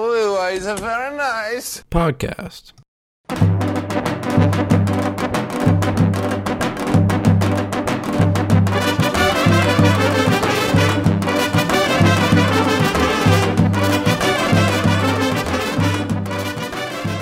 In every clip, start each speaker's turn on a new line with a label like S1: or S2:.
S1: nice, very nice.
S2: podcast.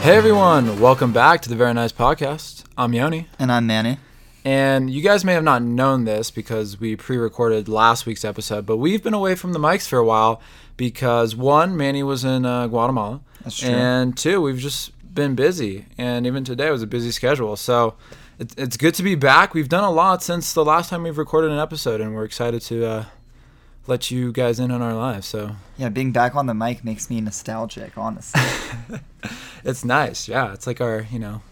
S2: Hey everyone, welcome back to the Very Nice Podcast. I'm Yoni,
S3: And I'm Manny.
S2: and you guys may have not known this because we pre recorded last week's episode, but we've been away from the mics for a while because one, Manny was in uh, Guatemala,
S3: That's true.
S2: and two, we've just been busy, and even today was a busy schedule. So it, it's good to be back. We've done a lot since the last time we've recorded an episode, and we're excited to uh, let you guys in on our lives. So
S3: Yeah, being back on the mic makes me nostalgic, honestly.
S2: it's nice. Yeah, it's like our you know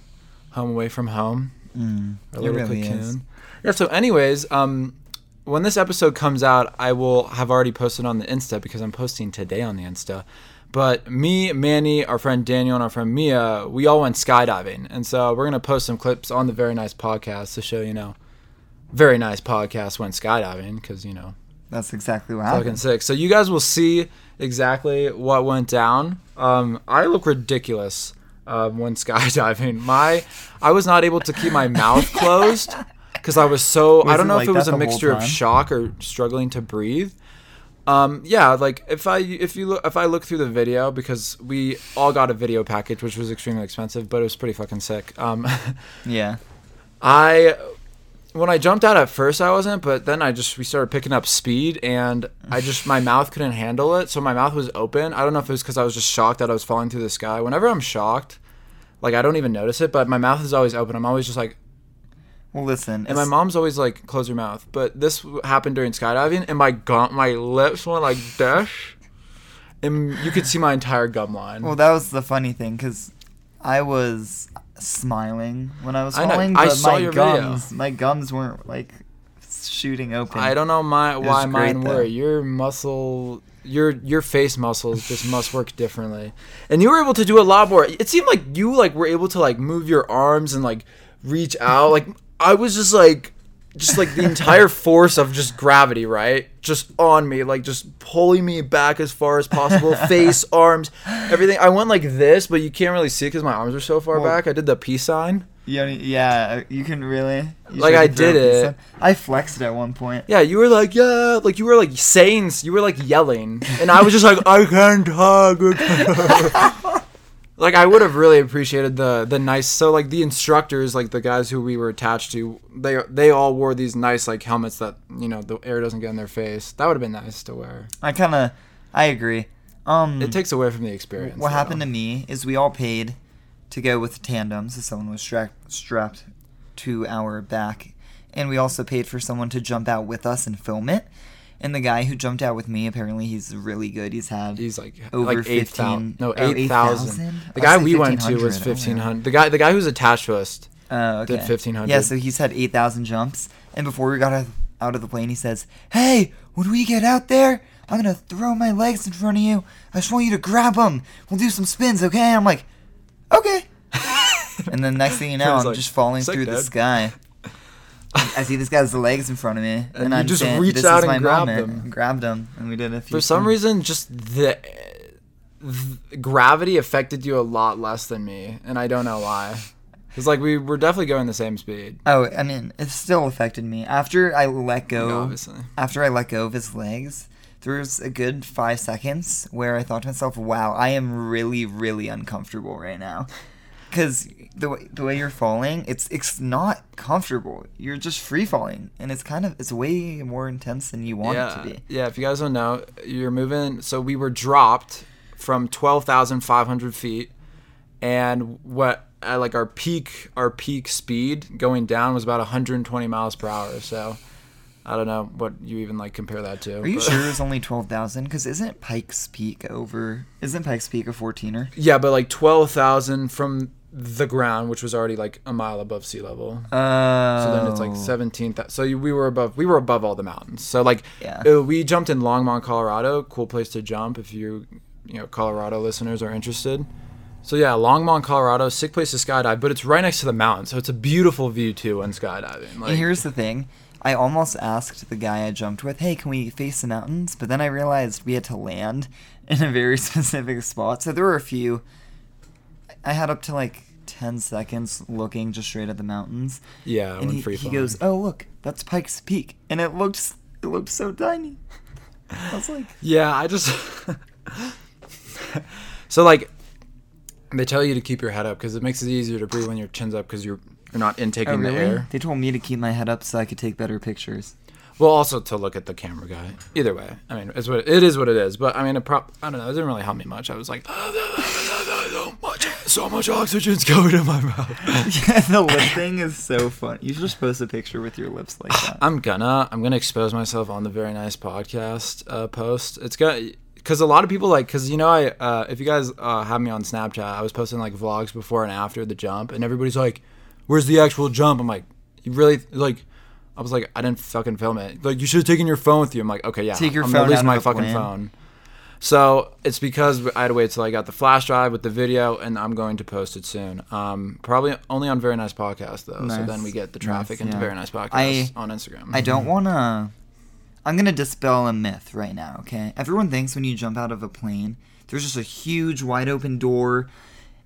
S2: home away from home.
S3: Mm,
S2: Our
S3: it
S2: little
S3: really
S2: cocoon.
S3: is.
S2: Yeah. So, anyways, um, when this episode comes out, I will have already posted on the Insta because I'm posting today on the Insta. But me, Manny, our friend Daniel, and our friend Mia, we all went skydiving, and so we're gonna post some clips on the Very Nice Podcast to show you know, Very Nice Podcast went skydiving because you know
S3: That's exactly what
S2: fucking
S3: happened.
S2: sick. So you guys will see exactly what went down. Um, I look ridiculous um, when skydiving. My, I was not able to keep my mouth closed because I was so. I
S3: Was
S2: don't
S3: it
S2: know
S3: like
S2: if it
S3: that
S2: was a
S3: the whole
S2: mixture of
S3: time?
S2: shock or struggling to breathe. Um, yeah, like if I if you look if I look through the video because we all got a video package which was extremely expensive, but it was pretty fucking sick. Um,
S3: Yeah.
S2: I when I jumped out at first I wasn't, but then I just we started picking up speed and I just my mouth couldn't handle it, so my mouth was open. I don't know if it was because I was just shocked that I was falling through the sky. Whenever I'm shocked, like I don't even notice it, but my mouth is always open. I'm always just like,
S3: Well, listen.
S2: and my
S3: it's-
S2: mom's always like, close your mouth. But this w- happened during skydiving, and my gum, my lips went like this, and you could see my entire gum line.
S3: Well, that was the funny thing because I was smiling when I was
S2: I know.
S3: falling,
S2: I
S3: but
S2: saw
S3: my
S2: your video.
S3: gums, my gums weren't like shooting open.
S2: I don't know my
S3: was
S2: why
S3: great,
S2: mine
S3: though.
S2: were. Your muscle, your your face muscles just must work differently. And you were able to do a lot more. It seemed like you like were able to like move your arms and like reach out. Like I was just like just like the entire force of just gravity, right? Just on me, like just pulling me back as far as possible. face, arms, everything. I went like this, but you can't really see because my arms are so far
S3: Well-
S2: back. I did the peace sign.
S3: You only- yeah, you can really. you
S2: Like,
S3: sure
S2: I
S3: can throw
S2: did
S3: a piece
S2: it.
S3: up. I flexed at one point.
S2: Yeah, you were like, yeah, like you were like saying, s- you were like yelling, and I was just like, I can't talk. I can't talk." like I would have really appreciated the the nice. So like the instructors, like the guys who we were attached to, they they all wore these nice like helmets that you know the air doesn't get in their face. That would have been nice to wear.
S3: I kind of. I agree. Um,
S2: It takes away from the experience.
S3: What happened to me is we all paid to go with tandems if someone was stra- strapped to our back. And we also paid for someone to jump out with us and film it. And the guy who jumped out with me, apparently he's really good. He's had.
S2: He's like
S3: Over
S2: like eight thousand.
S3: 15
S2: No,
S3: oh,
S2: eight thousand.
S3: 8,000?
S2: The
S3: I
S2: guy
S3: said
S2: we went to was
S3: 1,500. Oh, yeah.
S2: fifteen hundred. The guy the guy who's attached to us.
S3: Oh,
S2: did
S3: okay.
S2: 1,500.
S3: Yeah, so he's had 8,000 jumps. And before we got out- out of the plane, he says, Hey, when we get out there, I'm going to throw my legs in front of you. I just want you to grab them. We'll do some spins, okay? I'm like, Okay. and then next thing you know,
S2: He's
S3: I'm
S2: like,
S3: just falling
S2: "Sick,
S3: through the
S2: dude."
S3: sky. I see this guy's legs in front of me, and,
S2: you
S3: I'm
S2: just
S3: saying,
S2: reached
S3: this
S2: out
S3: is my
S2: and grabbed
S3: moment.
S2: them.
S3: Grabbed them, and we did a few.
S2: for some
S3: spins.
S2: reason just the, th gravity affected you a lot less than me and i don't know why because like we were definitely going the same speed
S3: Oh, I mean, it still affected me. After I let go,
S2: obviously
S3: after I let go of his legs, there was a good five seconds where I thought to myself, "Wow, I am really, really uncomfortable right now," because the way the way you're falling, it's it's not comfortable. You're just free falling, and it's kind of it's way more intense than you want
S2: yeah
S3: it to be.
S2: yeah if you guys don't know you're moving so we were dropped from 12500 feet and what at like our peak our peak speed going down was about 120 miles per hour so i don't know what you even like compare that to
S3: Are you
S2: but-
S3: sure it was only twelve thousand? Because isn't Pikes Peak over? Isn't Pikes Peak a fourteener?
S2: Yeah, but like twelve thousand from the ground, which was already like a mile above sea level.
S3: Oh,
S2: So then it's like seventeen thousand. So you- we were above we were above all the mountains. So like
S3: Yeah.
S2: uh, we jumped in Longmont, Colorado. Cool place to jump if you you know Colorado listeners are interested. So yeah, Longmont, Colorado, sick place to skydive, but it's right next to the mountain, so it's a beautiful view too when skydiving. Like
S3: and here's the thing. I almost asked the guy I jumped with, hey, can we face the mountains? But then I realized we had to land in a very specific spot. So there were a few. I had up to like 10 seconds looking just straight at the mountains.
S2: Yeah,
S3: and
S2: when
S3: he,
S2: free
S3: he
S2: falling.
S3: goes, oh, look, that's Pike's Peak. And it looked, it looked so tiny. I was like,
S2: Yeah, I just. so like, they tell you to keep your head up because it makes it easier to breathe when your chin's up because you're you're not intaking
S3: oh, really?
S2: the air.
S3: They told me to keep my head up so I could take better pictures.
S2: Well, also to look at the camera guy. Either way, I mean, it's what it is. What it is, but I mean, it prop. I don't know. It didn't really help me much. I was like, so much, so much oxygen's going in my mouth.
S3: yeah, the lip thing is so fun. You should just post a picture with your lips like that.
S2: I'm gonna I'm gonna expose myself on the very nice podcast uh, post. It's gonna because a lot of people like because you know I uh, if you guys uh, have me on Snapchat, I was posting like vlogs before and after the jump, and everybody's like, "Where's the actual jump?" I'm like, "You really like." I was like, I didn't fucking film it. Like, you should have taken your phone with you. I'm like, okay, yeah,
S3: Take your
S2: I'm
S3: phone
S2: gonna lose
S3: out of
S2: my
S3: the
S2: fucking
S3: plan.
S2: phone. So it's because I had to wait till I got the flash drive with the video, and I'm going to post it soon. Um, probably only on Very Nice Podcast though. So
S3: Nice.
S2: then we get the traffic
S3: Nice,
S2: into
S3: yeah.
S2: Very Nice Podcast
S3: I-
S2: on Instagram.
S3: I don't want to. I'm going to dispel a myth right now, okay? Everyone thinks when you jump out of a plane, there's just a huge wide open door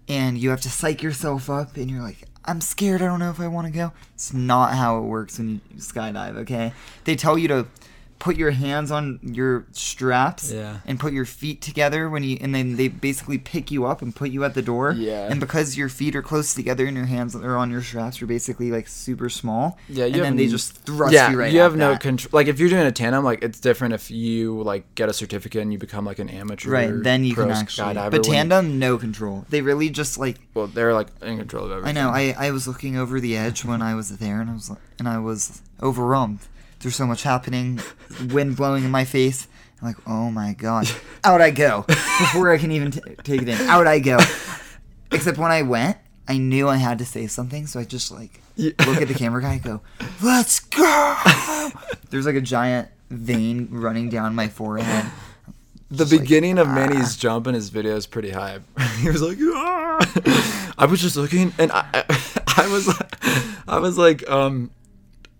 S3: and you have to psych yourself up and you're like, I'm scared. I don't know if I want to go. It's not how it works when you skydive, okay? They tell you to put your hands on your straps
S2: Yeah.
S3: and put your feet together when you and then they basically pick you up and put you at the door
S2: Yeah.
S3: and because your feet are close together and your hands are on your straps you're basically like super small
S2: Yeah, you
S3: and
S2: have
S3: then they
S2: n-
S3: just thrust
S2: yeah,
S3: you right
S2: you
S3: at
S2: have no
S3: that.
S2: control. Like if you're doing a tandem, like it's different if you like get a certificate and you become like an amateur.
S3: right then you
S2: pro
S3: can actually
S2: skydiver.
S3: but
S2: when you-
S3: tandem no control they really just like
S2: well, they're like in control of
S3: i
S2: everything.
S3: know I, I was looking over the edge when i was there and i was like- and i was overwhelmed there's so much happening wind blowing in my face I'm like oh my god out i go before i can even t- take it in out i go except when i went i knew i had to say something so i just like
S2: Yeah.
S3: look at the camera guy and go let's go there's like a giant vein running down my forehead
S2: The
S3: Just like, ah.
S2: beginning of Manny's jump in his video is pretty hype. he was like, "Ah." I was just looking, and I, I, I was, I was like, um,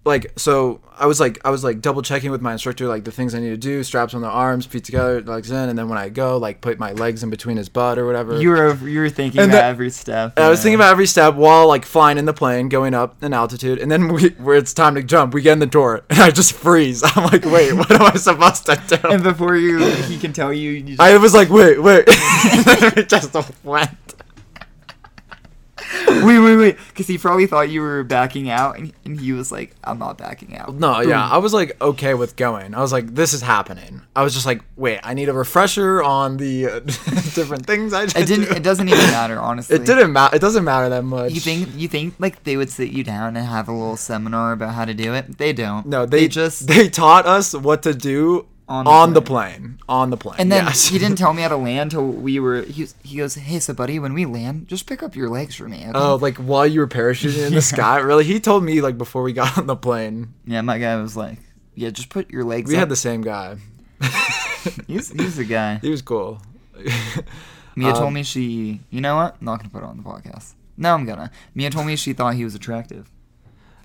S2: like so I was like I was like double checking with my instructor like the things I need to do, straps on the arms, feet together, legs in, and then when I go, like put my legs in between his butt or whatever.
S3: You were you were thinking
S2: And
S3: about
S2: the-
S3: every step.
S2: And I was
S3: yeah.
S2: thinking about every step while like flying in the plane, going up in altitude, and then we, where it's time to jump, we get in the door, and I just freeze. I'm like, wait, what am I supposed to do?
S3: And before you, he can tell you. you just,
S2: I was like, wait, wait, it just went.
S3: wait, wait, wait, because he probably thought you were backing out, and, and he was like, "I'm not backing out."
S2: No, yeah, I was like okay with going. I was like, this is happening. I was just like, wait, I need a refresher on the uh, different things I just
S3: it didn't.
S2: do.
S3: It doesn't even matter, honestly.
S2: It didn't matter. It doesn't matter that much.
S3: You think you think like they would sit you down and have a little seminar about how to do it? They don't.
S2: No, they, just
S3: just.
S2: they taught us what to do on the, plane. on the plane.
S3: and then
S2: yes.
S3: he didn't tell me how to land till we were. He, was- he goes, "Hey, so buddy, when we land, just pick up your legs for me." Okay?
S2: Oh, like while you were parachuting in the sky? Really? He told me like before we got on the plane.
S3: yeah, my guy was like, "Yeah, just put your legs."
S2: We
S3: up.
S2: had the same guy.
S3: He's he's the guy.
S2: He was cool.
S3: Mia
S2: Um,
S3: told me she. You know what? Not gonna put it on the podcast. No, I'm gonna. Mia told me she thought he was attractive.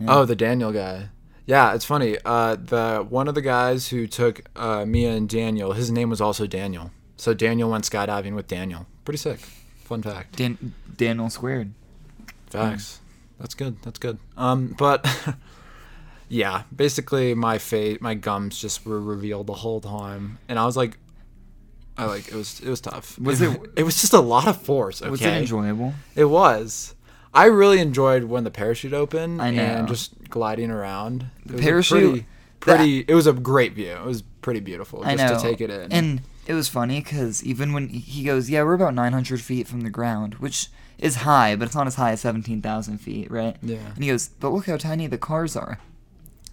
S2: Oh, the Daniel guy. Yeah, it's funny. Uh, the one of the guys who took uh, Mia and Daniel, his name was also Daniel. So Daniel went skydiving with Daniel. Pretty sick. Fun fact.
S3: Dan- Daniel squared. Hmm.
S2: Facts. That's good. That's good. Um, but yeah, basically my face, my gums just were revealed the whole time, and I was like, I like it was it was tough.
S3: Was it-
S2: It was just a lot of force. Okay.
S3: Was it enjoyable?
S2: It was. I really enjoyed when the parachute opened
S3: I know.
S2: and just gliding around. The
S3: parachute-
S2: pretty, pretty it was a great view. It was pretty beautiful just
S3: I know.
S2: to take it in.
S3: And it was funny because even when he goes, yeah, we're about 900 feet from the ground, which is high, but it's not as high as 17,000 feet, right?
S2: Yeah.
S3: And he goes, but look how tiny the cars are.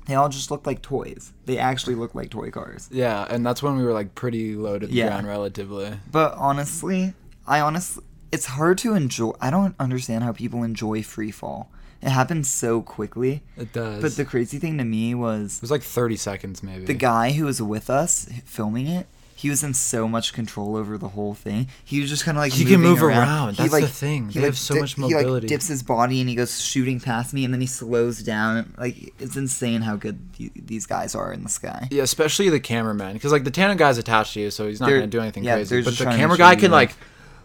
S3: They all just look like toys. They actually look like toy cars.
S2: yeah, and that's when we were like pretty low to the
S3: Yeah.
S2: ground relatively.
S3: But honestly, I honestly, it's hard to enjoy. I don't understand how people enjoy free fall. It happens so quickly.
S2: It does.
S3: But the
S2: it
S3: crazy thing to me was
S2: was like 30 seconds maybe.
S3: the guy who was with us filming it. he was in so much control over the whole thing. He was just kind of like
S2: He can
S3: moving
S2: move around.
S3: He,
S2: That's
S3: like,
S2: the thing.
S3: He
S2: They
S3: like,
S2: have so much
S3: He like
S2: mobility.
S3: dips his body and he goes shooting past me, and then he slows down. Like it's insane how good the- these guys are in the sky.
S2: Yeah, especially the cameraman, because like the Tana guy's attached to you, so he's not
S3: They're-
S2: gonna do anything
S3: yeah,
S2: crazy.
S3: they're
S2: But
S3: just
S2: the
S3: trying to
S2: camera
S3: show
S2: guy
S3: you,
S2: can
S3: like-
S2: like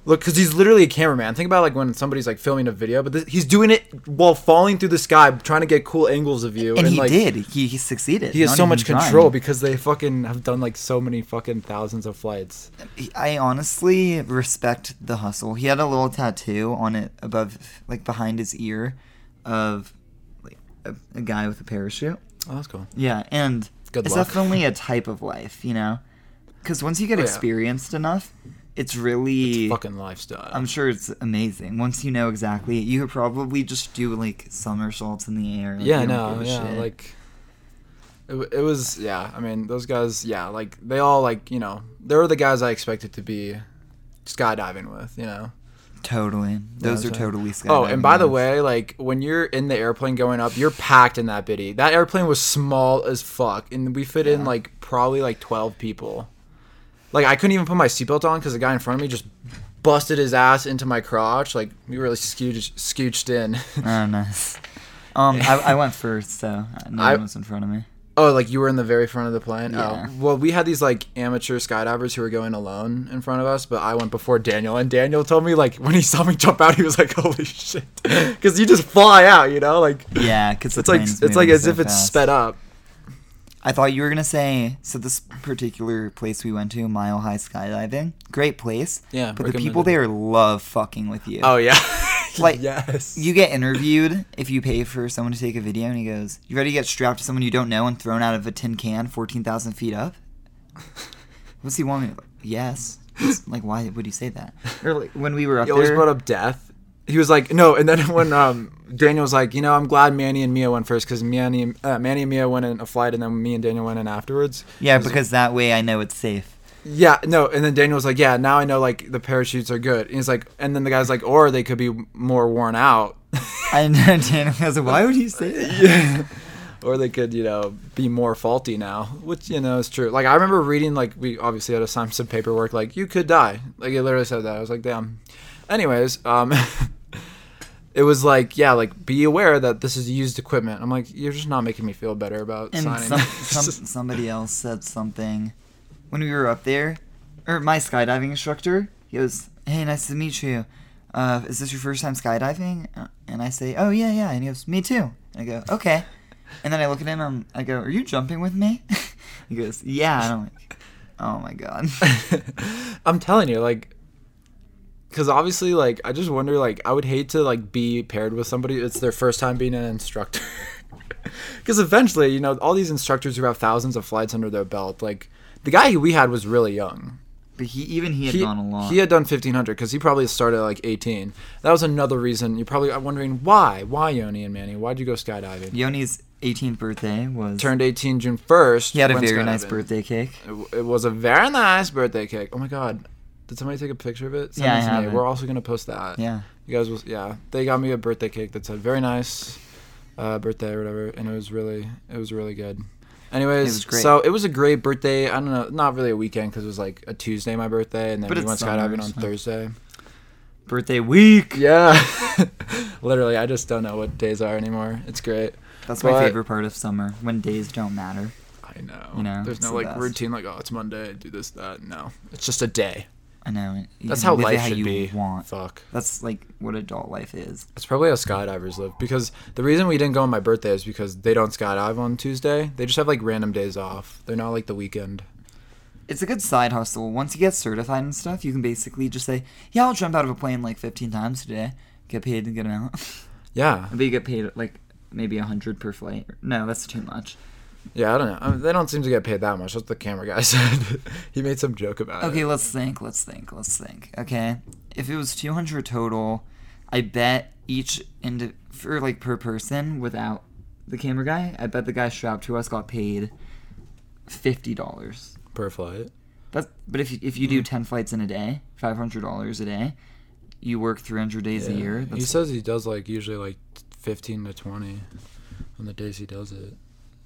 S2: look, because he's literally a cameraman. Think about like when somebody's like filming a video, but this, he's doing it while falling through the sky, trying to get cool angles of you.
S3: And, he
S2: like,
S3: did. He, he succeeded.
S2: He has
S3: not
S2: so
S3: even
S2: much
S3: trying.
S2: control because they fucking have done like so many fucking thousands of flights.
S3: I honestly respect the hustle. He had a little tattoo on it above, like behind his ear, of like, a, a guy with a parachute.
S2: Oh, that's cool.
S3: Yeah, and
S2: Good
S3: it's
S2: luck.
S3: definitely a type of life, you know, because once you get
S2: Oh, yeah.
S3: experienced enough, it's really.
S2: Fucking lifestyle.
S3: I'm sure it's amazing. Once you know exactly, you could probably just do like somersaults in the air. Like,
S2: yeah,
S3: you
S2: no,
S3: don't give a
S2: yeah,
S3: shit.
S2: like it, w- it was. Yeah, I mean, those guys. Yeah, like they all like you know they were the guys I expected to be skydiving with. You know.
S3: totally. Those
S2: Yeah,
S3: are
S2: so-
S3: totally.
S2: Oh, and by the
S3: skydiving
S2: way, like when you're in the airplane going up, you're packed in that bitty. That airplane was small as fuck, and we fit in like probably like twelve people. Like I couldn't even put my seatbelt on because the guy in front of me just busted his ass into my crotch. Like we were really scooched, scooched in.
S3: Oh, nice. Um, I, I went first, so no
S2: I-
S3: one was in front of me.
S2: oh, like you were in the very front of the plane.
S3: Yeah.
S2: Oh, well, we had these like amateur skydivers who were going alone in front of us, but I went before Daniel, and Daniel told me like when he saw me jump out, he was like, "Holy shit," because you just fly out, you know, like.
S3: Yeah, because
S2: It's like it's like as if it's sped up.
S3: I thought you were gonna say so. This particular place we went to, Mile High Skydiving, great place.
S2: Yeah,
S3: but the people
S2: recommended.
S3: there love fucking with you.
S2: Oh yeah.
S3: Like,
S2: yes.
S3: You get interviewed if you pay for someone to take a video, and he goes, "You ready to get strapped to someone you don't know and thrown out of a tin can fourteen thousand feet up?" What's he want me? Yes. It's like, why would he say that? Or like when we were up
S2: he always
S3: there,
S2: brought up death. He was like, no, and then when um, Daniel was like, you know, I'm glad Manny and Mia went first because Manny, uh, Manny and Mia went in a flight, and then me and Daniel went in afterwards.
S3: yeah, because that way I know it's safe.
S2: Yeah, no, and then Daniel was like, yeah, now I know like the parachutes are good. And he's like, and then the guy's like, or they could be more worn out,
S3: I know Daniel goes, why would you say that?
S2: or they could, you know, be more faulty now, which you know is true. Like I remember reading, like we obviously had to sign some paperwork, like you could die. Like it literally said that. I was like, damn. Anyways, um, it was like, yeah, like be aware that this is used equipment. I'm like, you're just not making me feel better about
S3: And
S2: signing.
S3: some,
S2: this.
S3: some, somebody else said something when we were up there, or my skydiving instructor. He goes, "Hey, nice to meet you. Uh, is this your first time skydiving?" Uh, And I say, "Oh yeah, yeah." And he goes, "Me too." And I go, "Okay." And then I look at him. um, I go, "Are you jumping with me?" he goes, "Yeah." And I'm like, "Oh my god."
S2: I'm telling you, like, because obviously, like, I just wonder, like, I would hate to like be paired with somebody. It's their first time being an instructor. Because eventually, you know, all these instructors who have thousands of flights under their belt, like, the guy who we had was really young.
S3: But he even he had
S2: He,
S3: gone along.
S2: he had done 1500 because he probably started at like 18. That was another reason. You're probably uh, wondering why, why Yoni and Manny, why'd you go skydiving?
S3: Yoni's 18th birthday was.
S2: Turned 18 June 1st.
S3: he had a
S2: went
S3: very nice
S2: skydiving.
S3: birthday cake.
S2: It, w- it was a very nice birthday cake. Oh my god. Did somebody take a picture of it? Send
S3: Yeah,
S2: it
S3: I
S2: to
S3: have
S2: me.
S3: it.
S2: We're also gonna post that.
S3: Yeah.
S2: You guys will yeah. They got me a birthday cake that said very nice uh, birthday or whatever and it was really it was really good. Anyways,
S3: was great.
S2: so it was a great birthday. I don't know, not really a weekend because it was like a Tuesday my birthday and then
S3: But
S2: we
S3: it's
S2: went
S3: summer,
S2: skydiving on
S3: so-
S2: Thursday.
S3: Birthday week.
S2: Yeah. Literally, I just don't know what days are anymore. It's great.
S3: That's my
S2: But-
S3: favorite part of summer when days don't matter.
S2: I know.
S3: You know,
S2: There's
S3: it's
S2: no
S3: the
S2: like
S3: best.
S2: routine like oh it's Monday, do this that. No. It's just a day.
S3: I know. you
S2: That's
S3: can
S2: how
S3: live it
S2: life should
S3: you
S2: be.
S3: Want.
S2: Fuck.
S3: That's like what adult life is.
S2: It's probably how skydivers live because the reason we didn't go on my birthday is because they don't skydive on Tuesday. They just have like random days off. They're not like the weekend.
S3: It's a good side hustle. Once you get certified and stuff, you can basically just say, "Yeah, I'll jump out of a plane like 15 times today, get paid and get an out."
S2: Yeah,
S3: but you get paid like maybe 100 per flight. No, that's too much.
S2: yeah. I don't know. I mean, they don't seem to get paid that much. That's what the camera guy said. he made some joke about
S3: Okay,
S2: it.
S3: let's think. Let's think. Let's think. Okay, if it was 200 total, I bet each indi- for like per person without the camera guy, I bet the guy strapped to us got paid fifty dollars.
S2: Per flight.
S3: That's but if you, if you
S2: Mm.
S3: do ten flights in a day, five hundred dollars a day, you work three hundred days a year.
S2: he
S3: That's
S2: says he does like usually like fifteen to twenty on the days he does it.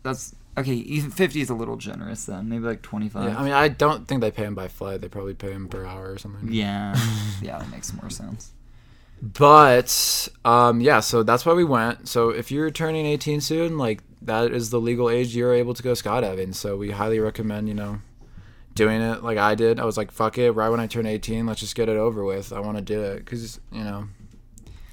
S3: that's okay. Even fifty is a little generous then. Maybe like twenty five.
S2: Yeah, I mean, I don't think they pay him by flight. They probably pay him per hour or something.
S3: yeah, yeah, that makes more sense.
S2: But um, yeah, so that's why we went. So if you're turning 18 soon, like that is the legal age you're able to go skydiving. So we highly recommend, you know, doing it like I did. I was like, fuck it, right when I turn 18, let's just get it over with. I want to do it because you know,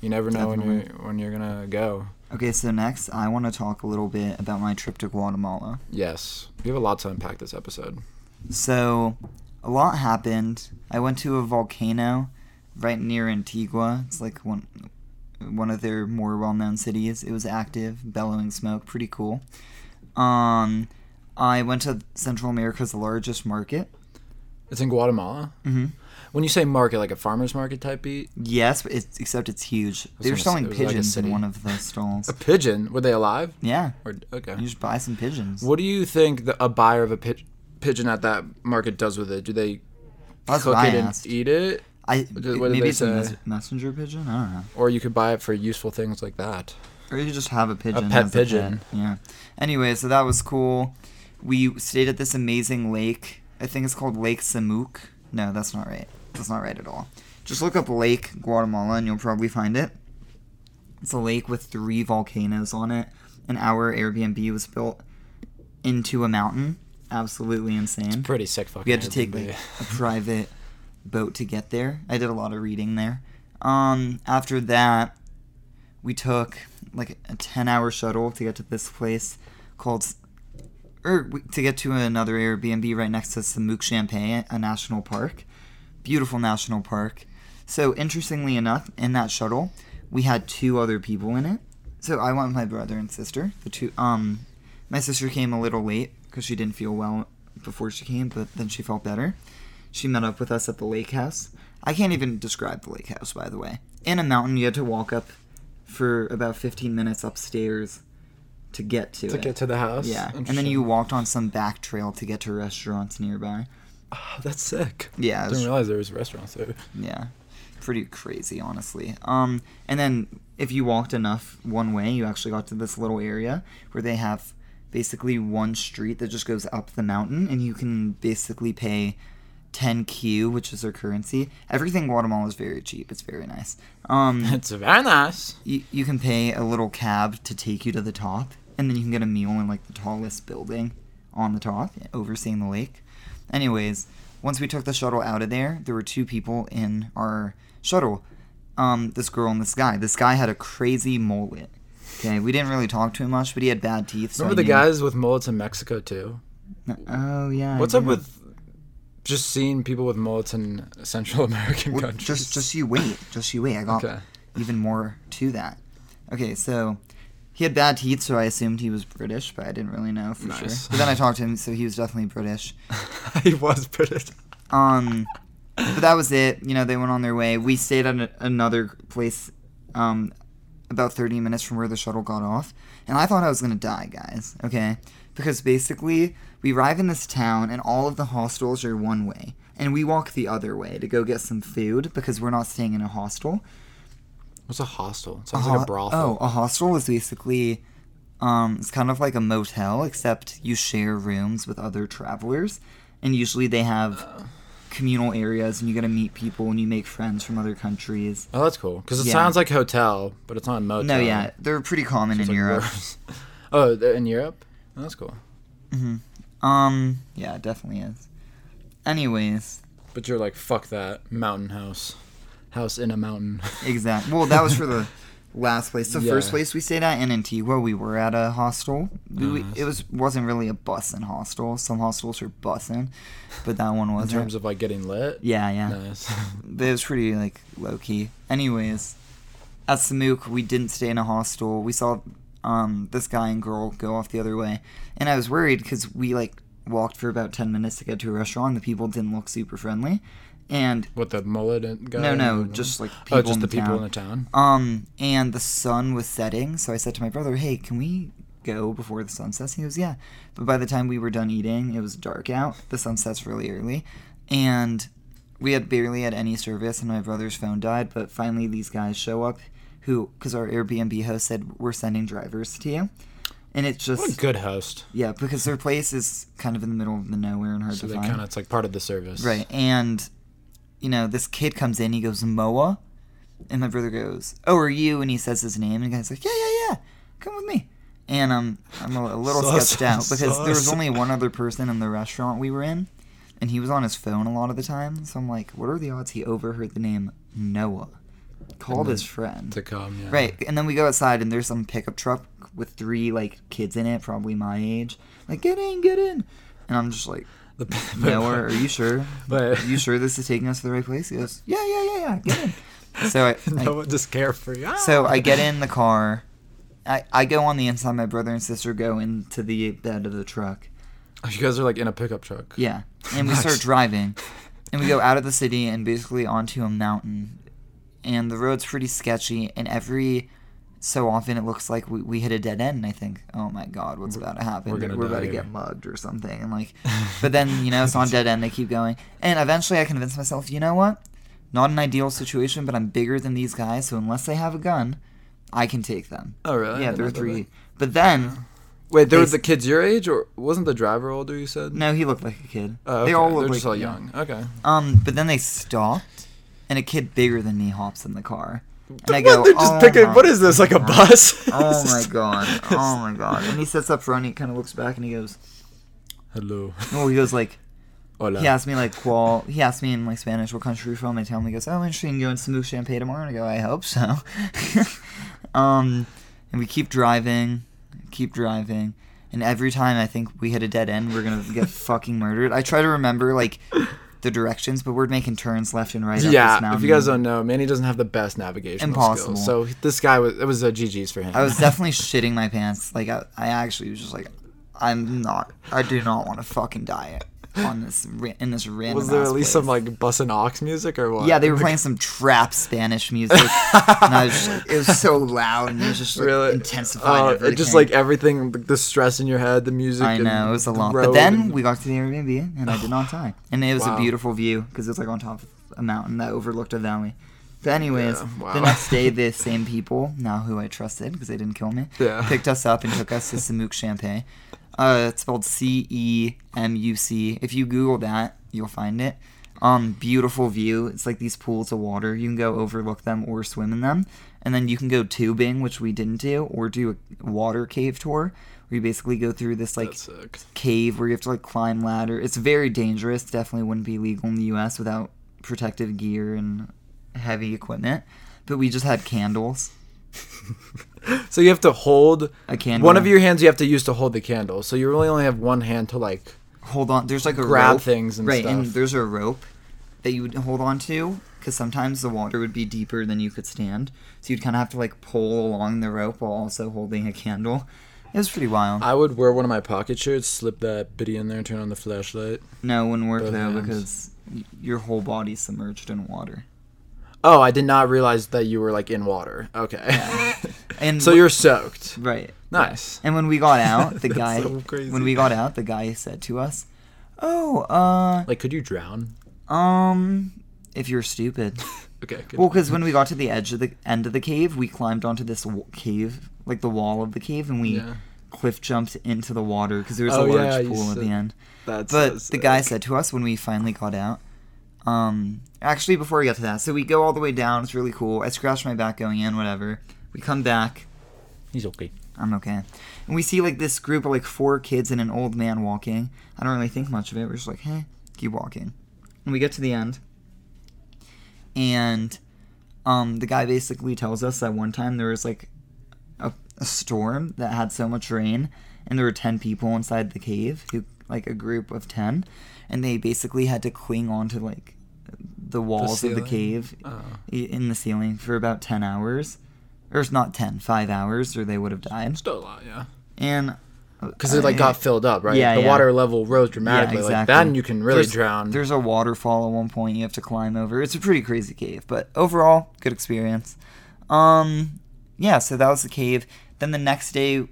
S2: you never know when you
S3: Definitely.
S2: are when you're gonna go.
S3: Okay, so next I want to talk a little bit about my trip to Guatemala.
S2: Yes, we have a lot to unpack this episode.
S3: So, a lot happened. I went to a volcano right near Antigua. It's like one one of their more well-known cities. It was active, bellowing smoke, pretty cool. Um, I went to Central America's largest market.
S2: It's in Guatemala.
S3: Mm-hmm.
S2: When you say market, like a farmer's market type beat,
S3: Yes, but it's, except it's huge.
S2: was
S3: They were
S2: gonna say-
S3: selling
S2: it was like a
S3: pigeons
S2: city.
S3: in one of the stalls.
S2: a pigeon. Were they alive?
S3: yeah,
S2: Or okay.
S3: you just buy some pigeons.
S2: What do you think the, a buyer of a pi- pigeon at that market does with it? Do they
S3: That's
S2: cook
S3: what I
S2: it
S3: asked.
S2: and eat it,
S3: I
S2: did- e- what uh, did
S3: maybe
S2: they
S3: it's a mes-
S2: say?
S3: messenger pigeon. I don't know.
S2: or you could buy it for useful things like that?
S3: Or you just have a pigeon.
S2: pet
S3: as
S2: pigeon.
S3: Yeah. Anyway, so that was cool. We stayed at this amazing lake. I think it's called Lake Samook. No, that's not right. That's not right at all. Just look up Lake Guatemala and you'll probably find it. It's a lake with three volcanoes on it. And our Airbnb was built into a mountain. Absolutely insane.
S2: Pretty sick fucking.
S3: We had to take
S2: Airbnb.
S3: like, a private boat to get there. I did a lot of reading there. Um, after that, we took like a ten-hour shuttle to get to this place called, S- or we- to get to another Airbnb right next to Samook Champagne, a national park, beautiful national park. So interestingly enough, in that shuttle, we had two other people in it. So I went with my brother and sister. The two, um, my sister came a little late because she didn't feel well before she came, but then she felt better. She met up with us at the lake house. I can't even describe the lake house, by the way. In a mountain, you had to walk up for about 15 minutes upstairs to get to
S2: to
S3: it.
S2: get to the house.
S3: yeah, and then you walked on some back trail to get to restaurants nearby.
S2: Oh, that's sick.
S3: Yeah,
S2: I
S3: it
S2: didn't
S3: was,
S2: realize there was restaurants there.
S3: yeah, pretty crazy, honestly. Um, and then if you walked enough one way, you actually got to this little area where they have basically one street that just goes up the mountain, and you can basically pay 10Q, which is their currency. Everything in Guatemala is very cheap. It's very nice. Um,
S2: It's very nice.
S3: you, you can pay a little cab to take you to the top, and then you can get a meal in like the tallest building on the top, overseeing the lake. Anyways, once we took the shuttle out of there, there were two people in our shuttle. Um, this girl and this guy. This guy had a crazy mullet. Okay, we didn't really talk to him much, but he had bad teeth. so
S2: Remember
S3: I
S2: the guys with mullets in Mexico too?
S3: knew- Oh yeah. I
S2: What's up
S3: do.
S2: with just seeing people with mullets in Central American
S3: Well,
S2: countries?
S3: just just you wait. Just you wait. I got
S2: okay.
S3: even more to that. Okay, so he had bad teeth, so I assumed he was British, but I didn't really know for
S2: Nice.
S3: sure. But then I talked to him, so he was definitely British.
S2: he was British.
S3: Um, but that was it. You know, they went on their way. We stayed at a- another place, um, about 30 minutes from where the shuttle got off, and I thought I was gonna die, guys. Okay, because basically we arrive in this town, and all of the hostels are one way, and we walk the other way to go get some food because we're not staying in a hostel.
S2: What's a hostel? Sounds like a
S3: ho-
S2: brothel.
S3: Oh, a hostel is basically um, it's kind of like a motel, except you share rooms with other travelers, and usually they have communal areas, and you get to meet people, and you make friends from other countries.
S2: Oh, that's cool. Because it
S3: Yeah.
S2: sounds like hotel, but it's not a motel.
S3: No, yeah, they're pretty common in
S2: It's like
S3: Europe.
S2: worse. oh, they're in Europe? Oh, that's cool.
S3: Um, yeah, it definitely is. Anyways,
S2: But you're like, fuck that. Mountain house. House in a mountain.
S3: Exact. Well, that was for the last place. The
S2: Yeah.
S3: first place we stayed at in Antigua, we were at a hostel. We, we-
S2: Mm-hmm.
S3: It was wasn't really a bussin' hostel. Some hostels are bussin', but that one
S2: in
S3: wasn't.
S2: terms of like getting lit.
S3: yeah, yeah.
S2: Nice.
S3: But it was pretty like low key. Anyways, at Samook, we didn't stay in a hostel. We saw um, this guy and girl go off the other way, and I was worried because we like walked for about ten minutes to get to a restaurant. The people didn't look super friendly, and
S2: What the mullet and guy?
S3: no,
S2: and
S3: no,
S2: the-
S3: just like people
S2: oh, just
S3: in
S2: the,
S3: the,
S2: people
S3: town.
S2: in the town.
S3: Um, and the sun was setting, so I said to my brother, "Hey, can we go before the sun sets?" He goes, "Yeah." But by the time we were done eating, it was dark out. The sun sets really early, and we had barely had any service, and my brother's phone died. But finally, these guys show up, who, because our Airbnb host said, "We're sending drivers to you." and it's just
S2: What a good host.
S3: yeah because their place is kind of in the middle of the nowhere and hard
S2: So
S3: to
S2: they
S3: find.
S2: kind of it's like part of the service,
S3: Right. And, you know, this kid comes in, he goes, Moa. And my brother goes, Oh, are you? And he says his name. And the guy's like, Yeah, yeah, yeah. Come with me. And um, I'm a, a little
S2: Sus,
S3: sketched out because there was
S2: sus.
S3: only one other person in the restaurant we were in. And he was on his phone a lot of the time. So I'm like, What are the odds he overheard the name Noah? Called his friend.
S2: To come, yeah.
S3: Right, and then we go outside, and there's some pickup truck with three like kids in it, probably my age. Like, get in, get in, and I'm just like,
S2: The, but,
S3: Noah, are you sure?
S2: But-
S3: are you sure this is taking us to the right place? He goes, yeah, yeah, yeah, yeah. Get in. So I, I
S2: Noah just carefree. Ah!
S3: so I get in the car. I, I go on the inside. My brother and sister go into the bed of the truck.
S2: you guys are like in a pickup truck.
S3: Yeah, and we start
S2: Nice.
S3: driving, and we go out of the city and basically onto a mountain, and the road's pretty sketchy. And every so often, it looks like we, we hit a dead end. And I think, oh my god, what's about to happen?
S2: we're gonna
S3: about
S2: die
S3: to
S2: here."
S3: get mugged or something. And like, but then you know it's on a dead end. They keep going, and eventually, I convince myself, you know what? Not an ideal situation, but I'm bigger than these guys, so unless they have a gun, I can take them.
S2: Oh really?
S3: yeah,
S2: I
S3: there are
S2: didn't know
S3: three.
S2: that.
S3: But then
S2: Wait, there
S3: They-
S2: was the kids your age, or wasn't the driver older? You said.
S3: no, he looked like a kid.
S2: Oh, okay.
S3: They all look
S2: They're
S3: like
S2: just all
S3: yeah.
S2: young. Okay.
S3: Um, but then they stopped, and a kid bigger than me hops in the car, and I
S2: What?
S3: go,
S2: They're just
S3: "Oh
S2: picking.
S3: my
S2: What is this? Like a
S3: God.
S2: bus?
S3: Oh my god! Oh my god! And he sits up front. He kind of looks back, and he goes,
S2: Hello.
S3: "Oh, he goes like."
S2: Hola.
S3: He asked me like, "Qual?" He asked me in like Spanish, "What country you from?" I tell him. He goes, "Oh, interesting. You going to Smooth Champagne tomorrow?" And I go, "I hope so." um, and we keep driving, keep driving, and every time I think we hit a dead end, we're gonna get fucking murdered. I try to remember like the directions, but we're making turns left and right. up this
S2: Yeah, if
S3: mountain.
S2: you guys don't know, Manny doesn't have the best navigation
S3: Impossible.
S2: skills. So this guy was it was a GG's for him.
S3: I was definitely shitting my pants. Like I, I actually was just like, I'm not. I do not want to fucking die on this ra- in this random.
S2: Was there
S3: ass
S2: at least
S3: place.
S2: some like bus and ox music or what?
S3: Yeah, they were playing some trap Spanish music, and I was just, like- it was so loud and it was just like,
S2: really
S3: intensified.
S2: Oh,
S3: everything.
S2: it just like everything, like, the stress in your head, the music.
S3: I
S2: and
S3: know it was a
S2: the
S3: lot, but
S2: road
S3: then
S2: and-
S3: we got to the Airbnb and I did not die, and it was
S2: Wow.
S3: a beautiful view because it was like on top of a mountain that overlooked a valley. But anyways,
S2: Yeah, wow.
S3: the next day the same people, now who I trusted because they didn't kill me,
S2: Yeah.
S3: picked us up and took us to Samook Champagne. Uh, it's spelled C E M U C. If you Google that, you'll find it. Um, beautiful view. It's like these pools of water. You can go overlook them or swim in them, and then you can go tubing, which we didn't do, or do a water cave tour, where you basically go through this like
S2: That's sick.
S3: cave where you have to like climb ladder. It's very dangerous. Definitely wouldn't be legal in the U.S. without protective gear and heavy equipment. But we just had candles.
S2: So you have to hold
S3: A candle.
S2: one of your hands. You have to use to hold the candle. So you really only have one hand to like.
S3: hold on. There's like a
S2: Grab
S3: rope.
S2: things and
S3: right, and
S2: stuff.
S3: there's a rope that you would hold on to because sometimes the water would be deeper than you could stand, so you'd kind of have to like pull along the rope while also holding a candle. It was pretty wild.
S2: I would wear one of my pocket shirts, slip that bitty in there, turn on the flashlight.
S3: No, wouldn't work
S2: Both
S3: though
S2: hands.
S3: because y- your whole body's submerged in water.
S2: Oh, I did not realize that you were like in water. Okay.
S3: And
S2: so you're soaked.
S3: right.
S2: Nice.
S3: And when we got out, the
S2: That's
S3: guy
S2: so crazy.
S3: when we got out, the guy said to us, "Oh, uh,
S2: Like, could you drown?
S3: um, if you're stupid."
S2: Okay. Good.
S3: Well, because when we got to the edge of the end of the cave, we climbed onto this w- cave, like the wall of the cave, and we
S2: Yeah.
S3: cliff jumped into the water because there was
S2: Oh,
S3: a
S2: yeah,
S3: large
S2: you
S3: pool at the
S2: said-
S3: end.
S2: That's
S3: But
S2: so
S3: the guy
S2: sick.
S3: said to us when we finally got out, um, actually, before we got to that, so we go all the way down. It's really cool. I scratched my back going in, whatever. We come back.
S2: he's okay.
S3: I'm okay. And we see like this group of like four kids and an old man walking. I don't really think much of it. We're just like, hey, keep walking. And we get to the end. And um, the guy basically tells us that one time there was like a, a storm that had so much rain, and there were 10 people inside the cave, who, like a group of 10, and they basically had to cling on to like the walls of the
S2: ceiling?
S3: cave
S2: Oh.
S3: i- in the ceiling for about 10 hours. Or it's not 10, 5 hours, or they would have died.
S2: Still a lot, yeah.
S3: And uh,
S2: Because it like got filled up, right?
S3: Yeah,
S2: the
S3: yeah.
S2: water level rose dramatically. Like
S3: exactly.
S2: then you can really
S3: There's-
S2: drown.
S3: There's a waterfall at one point you have to climb over. It's a pretty crazy cave, but overall, good experience. Um, yeah, so that was the cave. Then the next day,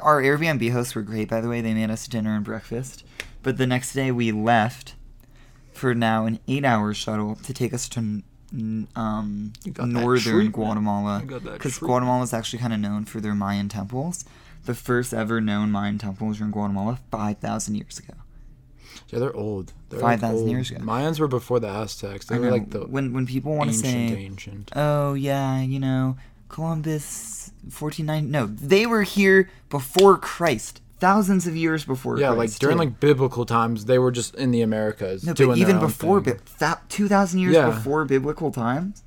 S3: our Airbnb hosts were great, by the way. They made us dinner and breakfast. But the next day, we left for now an eight hour shuttle to take us to n- um,
S2: You got that
S3: northern
S2: treatment.
S3: Guatemala.
S2: You got that
S3: Because
S2: treatment.
S3: Guatemala is actually kind of known for their Mayan temples. the first ever known Mayan temples were in Guatemala 5,000 years ago.
S2: Yeah, they're old. They're like,
S3: 5,000
S2: old.
S3: years ago.
S2: Mayans were before the Aztecs. They
S3: I
S2: were
S3: know,
S2: like the
S3: when when people want to
S2: ancient,
S3: say,
S2: ancient.
S3: oh yeah, you know, Columbus 1490. No, they were here before Christ, thousands of years before.
S2: Yeah, like
S3: Christ,
S2: during
S3: too.
S2: like biblical times, they were just in the Americas
S3: No,
S2: doing
S3: but
S2: their
S3: even
S2: own
S3: before
S2: thing.
S3: bi- thou- 2,000 years
S2: Yeah.
S3: before biblical times,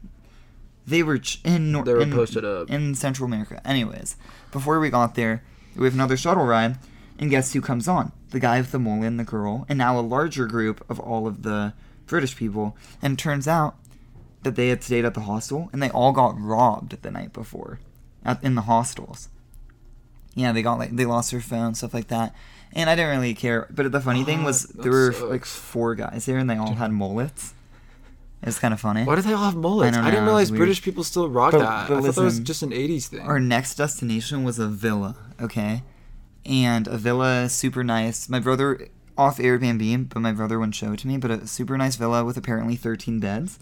S3: they were ch- in Nor-
S2: They were
S3: in,
S2: posted up.
S3: in Central America. Anyways, before we got there, we have another shuttle ride, and guess who comes on? The guy with the mole and the girl, and now a larger group of all of the British people. And it turns out that they had stayed at the hostel, and they all got robbed the night before, at, in the hostels. Yeah, they got like they lost their phone, stuff like that. And I didn't really care. But the funny thing was,
S2: Ah,
S3: there were
S2: that
S3: like
S2: sucks.
S3: four guys there, and they all had mullets. It's kind of funny.
S2: Why did they all have mullets?
S3: I
S2: I,
S3: don't
S2: didn't
S3: know,
S2: realize
S3: it's weird.
S2: British people still rock
S3: But-
S2: that. I
S3: but
S2: thought that was
S3: listen,
S2: just an '80s thing.
S3: Our next destination was a villa, okay? And a villa, super nice. My brother, off Airbnb, but my brother wouldn't show it to me, but a super nice villa with apparently 13 beds.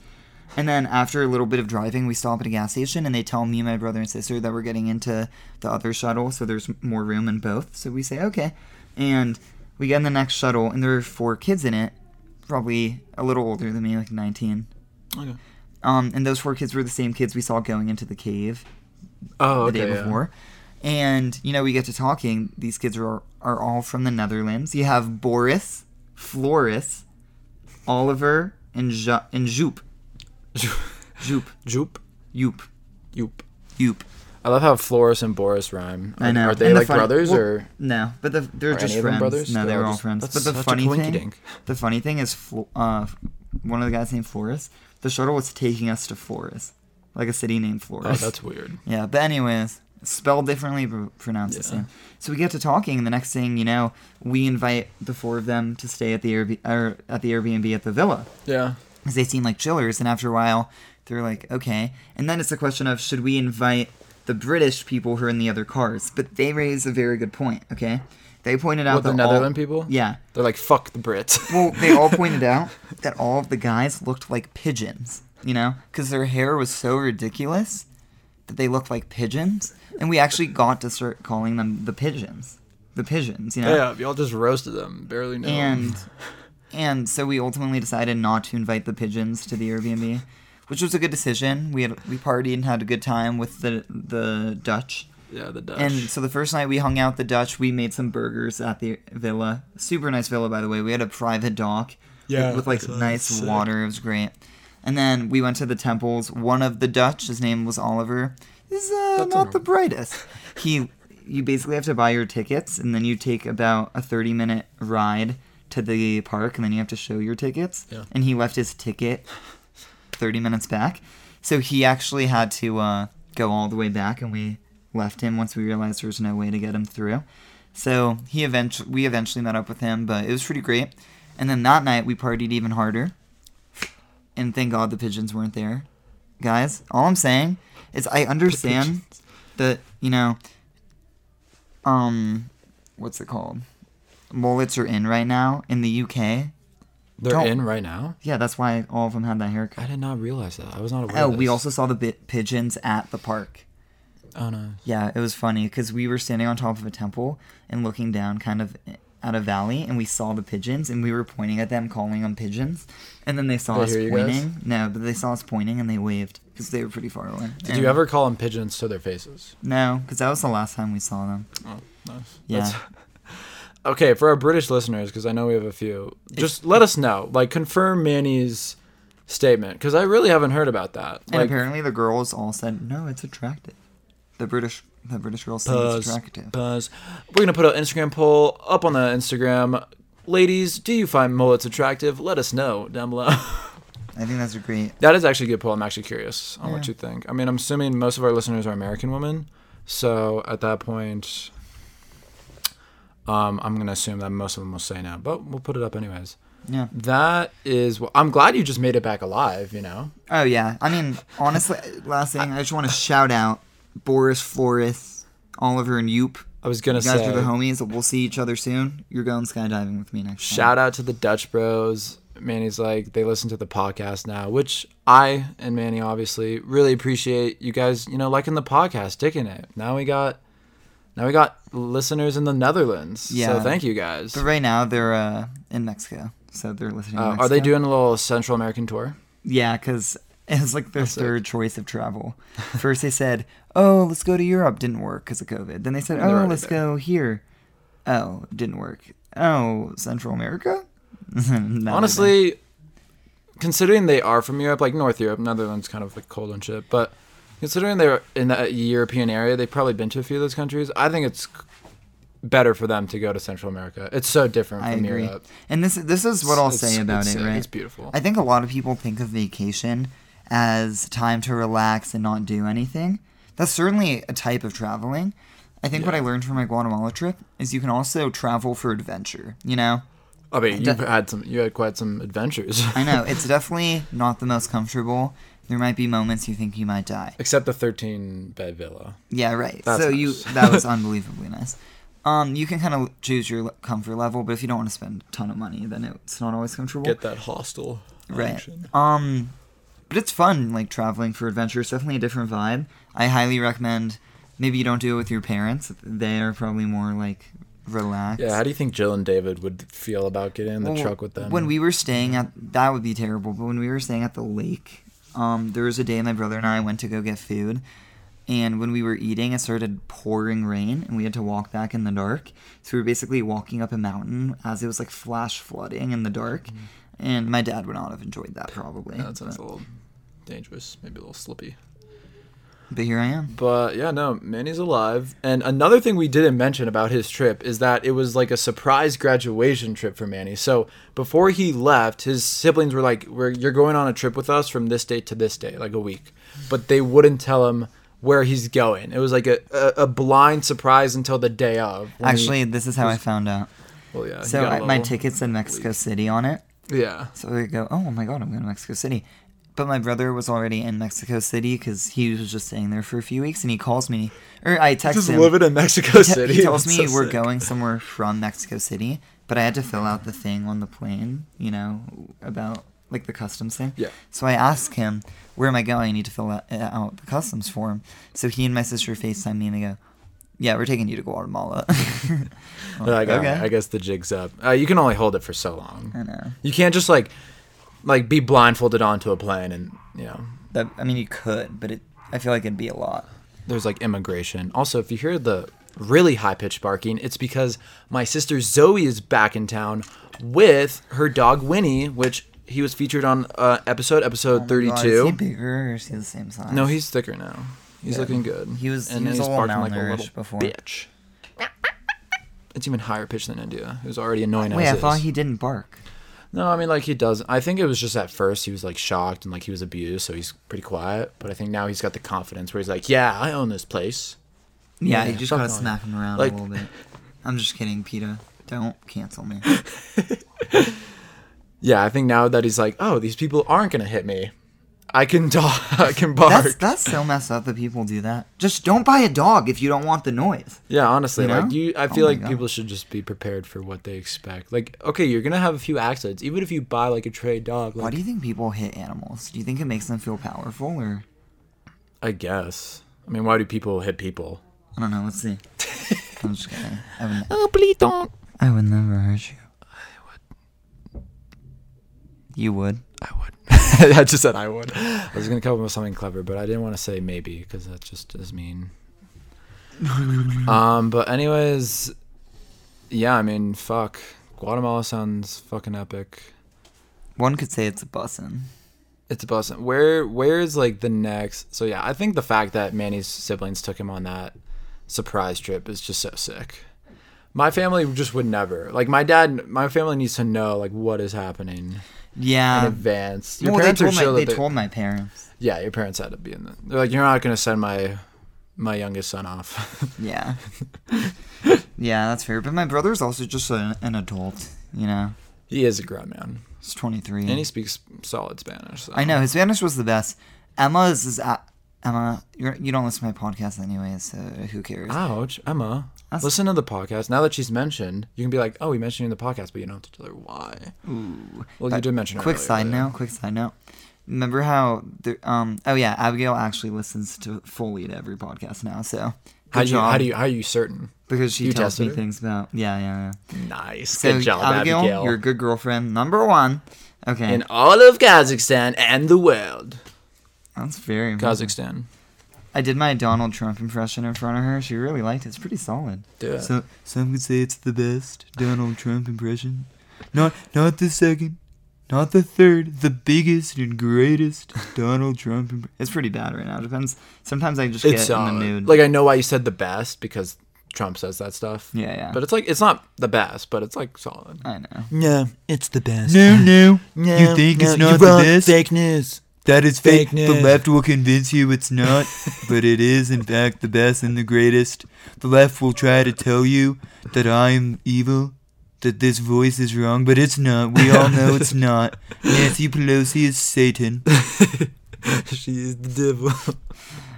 S3: And then after a little bit of driving, we stop at a gas station and they tell me, my brother, and sister that we're getting into the other shuttle, so there's more room in both. So we say, okay. And we get in the next shuttle, and there are four kids in it, probably a little older than me, like 19.
S2: Okay.
S3: Um, and those four kids were the same kids we saw going into the cave
S2: oh,
S3: the
S2: okay,
S3: day
S2: yeah.
S3: before. And, you know, we get to talking. These kids are, are all from the Netherlands. You have Boris, Floris, Oliver, and, jo- and Joop. Joop.
S2: Joop,
S3: Joop.
S2: Joop.
S3: Joop.
S2: I love how Floris and Boris rhyme. Are,
S3: I know.
S2: Are they
S3: And the
S2: like
S3: funny-
S2: brothers
S3: well,
S2: or
S3: No, but the, they're
S2: Are
S3: just
S2: any of them
S3: friends.
S2: brothers?
S3: No, they
S2: They're
S3: were
S2: all
S3: all
S2: just-
S3: friends.
S2: that's
S3: But the
S2: such a
S3: funny thing,
S2: coinkydink.
S3: the funny thing is, Flo- uh, one of the guys named Floris. The shuttle was taking us to Flores, like a city named
S2: Oh,
S3: Flores.
S2: that's weird.
S3: Yeah, but anyways, spelled differently, but pronounced the
S2: Yeah.
S3: same. So we get to talking, and the next thing you know, we invite the four of them to stay at the Airb- or at the Airbnb at the villa
S2: Yeah.
S3: because they seem like chillers. And after a while, they're like, okay. And then it's a question of should we invite the British people who are in the other cars? But they raise a very good point. Okay, they pointed out
S2: What, the
S3: that all-
S2: Netherland people?
S3: yeah,
S2: They're like fuck the Brits.
S3: well, they all pointed out that all of the guys looked like pigeons, you know, because their hair was so ridiculous that they looked like pigeons. And we actually got to start calling them the pigeons, the pigeons, you know.
S2: yeah, y'all just roasted them. Barely know. 'em.
S3: And and so we ultimately decided not to invite the pigeons to the Airbnb, which was a good decision. We had we partied and had a good time with the the Dutch.
S2: yeah, the Dutch.
S3: And so the first night we hung out the Dutch, we made some burgers at the villa. Super nice villa, by the way. We had a private dock.
S2: Yeah,
S3: With, with, like
S2: that's, uh,
S3: nice
S2: sick.
S3: water. It was great. And then we went to the temples. One of the Dutch, his name was Oliver, is uh,
S2: That's
S3: not the
S2: normal.
S3: brightest. He, you basically have to buy your tickets, and then you take about a thirty-minute ride to the park, and then you have to show your tickets.
S2: Yeah.
S3: And he left his ticket 30 minutes back. So he actually had to uh, go all the way back, and we left him once we realized there was no way to get him through. So he eventually, we eventually met up with him, but it was pretty great. And then that night we partied even harder, and thank God the pigeons weren't there, guys. All I'm saying is I understand that you know, um, what's it called? Mullets are in right now in the UK.
S2: They're
S3: don't-
S2: in right now.
S3: Yeah, that's why all of them had that haircut.
S2: I did not realize that. I was not aware.
S3: Oh,
S2: of
S3: we
S2: this.
S3: also saw the bi- pigeons at the park.
S2: Oh no.
S3: Yeah, it was funny because we were standing on top of a temple and looking down kind of eh, at a valley, and we saw the pigeons, and we were pointing at them, calling them pigeons, and then they saw
S2: They
S3: us
S2: hear you guys?
S3: pointing. No, but they saw us pointing and they waved because they were pretty far away.
S2: Did you ever call them pigeons to their faces?
S3: No, because that was the last time we saw them.
S2: Oh, nice.
S3: Yeah.
S2: Okay, for our British listeners, because I know we have a few, just let us know. Like, confirm Manny's statement, because I really haven't heard about that.
S3: and
S2: Like,
S3: apparently the girls all said, "No, it's attractive." The British, the British girls said it's
S2: buzz,
S3: attractive.
S2: buzz. We're gonna put an Instagram poll up on the Instagram. Ladies, do you find mullets attractive? Let us know down below.
S3: I think that's a great.
S2: that is actually a good poll. I'm actually curious on what
S3: Yeah.
S2: you think. I mean, I'm assuming most of our listeners are American women, so at that point, um, I'm gonna assume that most of them will say no, but we'll put it up anyways.
S3: Yeah.
S2: That is. wh- I'm glad you just made it back alive. You know.
S3: Oh yeah. I mean, honestly, last thing I just want to shout out Boris, Floris, Oliver, and Yoop.
S2: I was gonna
S3: You guys
S2: say.
S3: are the homies. We'll see each other soon. You're going skydiving with me next.
S2: Shout out to the Dutch Bros. Manny's like they listen to the podcast now, which I and Manny obviously really appreciate you guys. You know, liking the podcast, digging it. Now we got Now we got listeners in the Netherlands. Yeah.
S3: Yeah.
S2: So thank you guys.
S3: But right now they're uh, in Mexico, so they're listening. to
S2: Uh, are they
S3: Mexico.
S2: doing a little Central American tour?
S3: Yeah, because it's like their
S2: That's it.
S3: third choice of travel. First they said, "Oh, let's go to Europe." Didn't work because of COVID. Then they said,
S2: They're
S3: "Oh,
S2: already
S3: let's
S2: there.
S3: go here." Oh, didn't work. Oh, Central America. Not even.
S2: Honestly, considering they are from Europe, like North Europe, Netherlands kind of like cold and shit, but considering they're in the European area, they've probably been to a few of those countries. I think it's c- better for them to go to Central America. It's so different
S3: I
S2: from
S3: agree.
S2: Europe.
S3: And this this is what I'll
S2: It's-
S3: say about
S2: it's
S3: it, right?
S2: It's beautiful.
S3: I think a lot of people think of vacation as time to relax and not do anything. That's certainly a type of traveling. I think what I learned from my Guatemala trip is you can also travel for adventure, you know?
S2: I mean,
S3: de-
S2: you've had some, you had quite some adventures.
S3: I know, it's definitely not the most comfortable. There might be moments you think you might die.
S2: Except the 13 bed villa.
S3: Yeah, right.
S2: That's
S3: so you
S2: nice.
S3: that was unbelievably nice. Um, you can kind of choose your le- comfort level, but if you don't want to spend a ton of money, then it's not always comfortable.
S2: Get that hostel.
S3: Right.
S2: action.
S3: Um, but it's fun, like traveling for adventure. It's definitely a different vibe. I highly recommend. Maybe you don't do it with your parents. They are probably more like relaxed.
S2: Yeah, how do you think Jill and David would feel about getting in the
S3: Well,
S2: truck with them?
S3: When we were staying at that would be terrible. But when we were staying at the lake, um, there was a day my brother and I went to go get food, and when we were eating, it started pouring rain, and we had to walk back in the dark. So we were basically walking up a mountain as it was like flash flooding in the dark. And my dad would not have enjoyed that probably.
S2: Mm-hmm. Yeah, that sounds
S3: but-
S2: a little dangerous, maybe a little slippy.
S3: but here I am.
S2: But yeah, no, Manny's alive. And another thing we didn't mention about his trip is that it was like a surprise graduation trip for Manny. So before he left, his siblings were like, we're, You're going on a trip with us from this date to this date, like a week. But they wouldn't tell him where he's going. It was like a, a, a blind surprise until the day of. when he-
S3: Actually, this is how I found out.
S2: well, yeah, he
S3: So
S2: got a
S3: I, my
S2: little-
S3: ticket said Mexico City on it.
S2: Yeah.
S3: So I go, oh my god, I'm going to Mexico City. But my brother was already in Mexico City because he was just staying there for a few weeks, and he calls me, or I text
S2: Just
S3: him.
S2: living in Mexico
S3: He te-
S2: City.
S3: He tells
S2: That's
S3: me
S2: so
S3: we're
S2: sick.
S3: going somewhere from Mexico City, but I had to fill out the thing on the plane, you know, about like the customs thing.
S2: Yeah.
S3: So I ask him, where am I going? I need to fill out, uh, out the customs form. So he and my sister FaceTime me and they go, yeah, we're taking you to Guatemala. I'm
S2: They're
S3: like,
S2: like, "Alright, I guess the jig's up. Uh, you can only hold it for so long.
S3: I know.
S2: You can't just like, like be blindfolded onto a plane and you know.
S3: That, I mean, you could, but it, I feel like oh, it'd be a lot.
S2: There's like immigration. Also, if you hear the really high pitched barking, it's because my sister Zoe is back in town with her dog Winnie, which he was featured on uh, episode episode
S3: Oh my God, is he
S2: 32.
S3: bigger or is he the same size?
S2: No, he's thicker now. He's looking good.
S3: He was- he
S2: and
S3: was
S2: he's
S3: a little
S2: barking like a little
S3: malnourished before.
S2: bitch. It's even higher pitched than India. It was already annoying.
S3: Wait,
S2: as
S3: I thought
S2: is.
S3: he didn't bark.
S2: No, I mean like he does. I think it was just at first he was like shocked and like he was abused, so he's pretty quiet. But I think now he's got the confidence where he's like, "Yeah, I own this place."
S3: Yeah,
S2: Yeah,
S3: you just
S2: fuck
S3: gotta
S2: on.
S3: smack him around
S2: Like-
S3: a little bit. I'm just kidding, Peta. Don't cancel me.
S2: Yeah, I think now that he's like, "Oh, these people aren't gonna hit me. I can talk. I can bark."
S3: That's that's so messed up that people do that. Just don't buy a dog if you don't want the noise.
S2: yeah, honestly,
S3: You know?
S2: like you, I
S3: Oh
S2: feel
S3: my
S2: like
S3: God.
S2: people should just be prepared for what they expect. Like, okay, you're gonna have a few accidents, even if you buy like a stray dog.
S3: Why
S2: Like,
S3: do you think people hit animals? Do you think it makes them feel powerful or
S2: I guess. I mean, why do people hit people?
S3: I don't know, let's see. I'm just kidding. I would, ne-
S2: Oh, please don't.
S3: I would never hurt you. You would.
S2: I would. I just said I would. I was gonna come up with something clever, but I didn't want to say maybe because that just is mean. um, but anyways, yeah, I mean, fuck, Guatemala sounds fucking epic.
S3: One could say it's a bussin'.
S2: It's Boston. Where where is like the next? So yeah, I think the fact that Manny's siblings took him on that surprise trip is just so sick. My family just would never like my dad. My family needs to know like what is happening in
S3: Yeah.
S2: advance. Your
S3: Um, Well, they
S2: parents are
S3: told, my,
S2: sure that
S3: they
S2: they-
S3: told my parents.
S2: Yeah, your parents had to be in the. They're like, you're not gonna send my my youngest son off.
S3: Yeah. yeah, that's fair. But my brother's also just an, an adult, you know?
S2: he is a grown man,
S3: He's 23.
S2: and he speaks solid Spanish. So.
S3: I know, his Spanish was the best. Emma's is. Uh, Emma, you're, you don't listen to my podcast anyways, so who cares?
S2: Ouch, Emma.
S3: That's-
S2: Listen to the podcast. Now that she's mentioned, you can be like, "Oh, we mentioned you in the podcast," but you don't have to tell her why.
S3: Ooh.
S2: Well, you
S3: But
S2: did mention. it
S3: Quick
S2: earlier,
S3: side
S2: but-
S3: note, quick side note. Remember how. The, um. Oh, yeah, Abigail actually listens to fully to every podcast now, so
S2: How
S3: Good
S2: do you, how
S3: job.
S2: do you how are you certain?
S3: Because she
S2: You
S3: tells
S2: tested
S3: me
S2: her?
S3: things about yeah, yeah, yeah.
S2: Nice.
S3: So,
S2: Good job,
S3: Abigail,
S2: Abigail.
S3: you're a good girlfriend. Number one. Okay,
S2: In all of Kazakhstan and the world.
S3: that's very amazing.
S2: Kazakhstan.
S3: I did my Donald Trump impression in front of her. She really liked it. It's pretty solid.
S2: Do it.
S3: So some would say it's the best Donald Trump impression. Not not the second, not the third, the biggest and greatest Donald Trump. Imp- it's pretty bad right now. Depends. Sometimes I just get
S2: it's
S3: in the mood.
S2: Like I know why you said the best because Trump says that stuff.
S3: yeah, yeah.
S2: But it's like it's not the best, but it's like solid.
S3: I know.
S2: No, it's the best.
S3: No, no. you think it's not the best?
S2: Fake news.
S3: That is
S2: Fake
S3: fake. The
S2: news.
S3: left will convince you it's not, but it is, in fact, the best and the greatest. The left will try to tell you that I am evil, that this voice is wrong, but it's not. We all know it's not. Nancy Pelosi is Satan.
S2: she is the devil.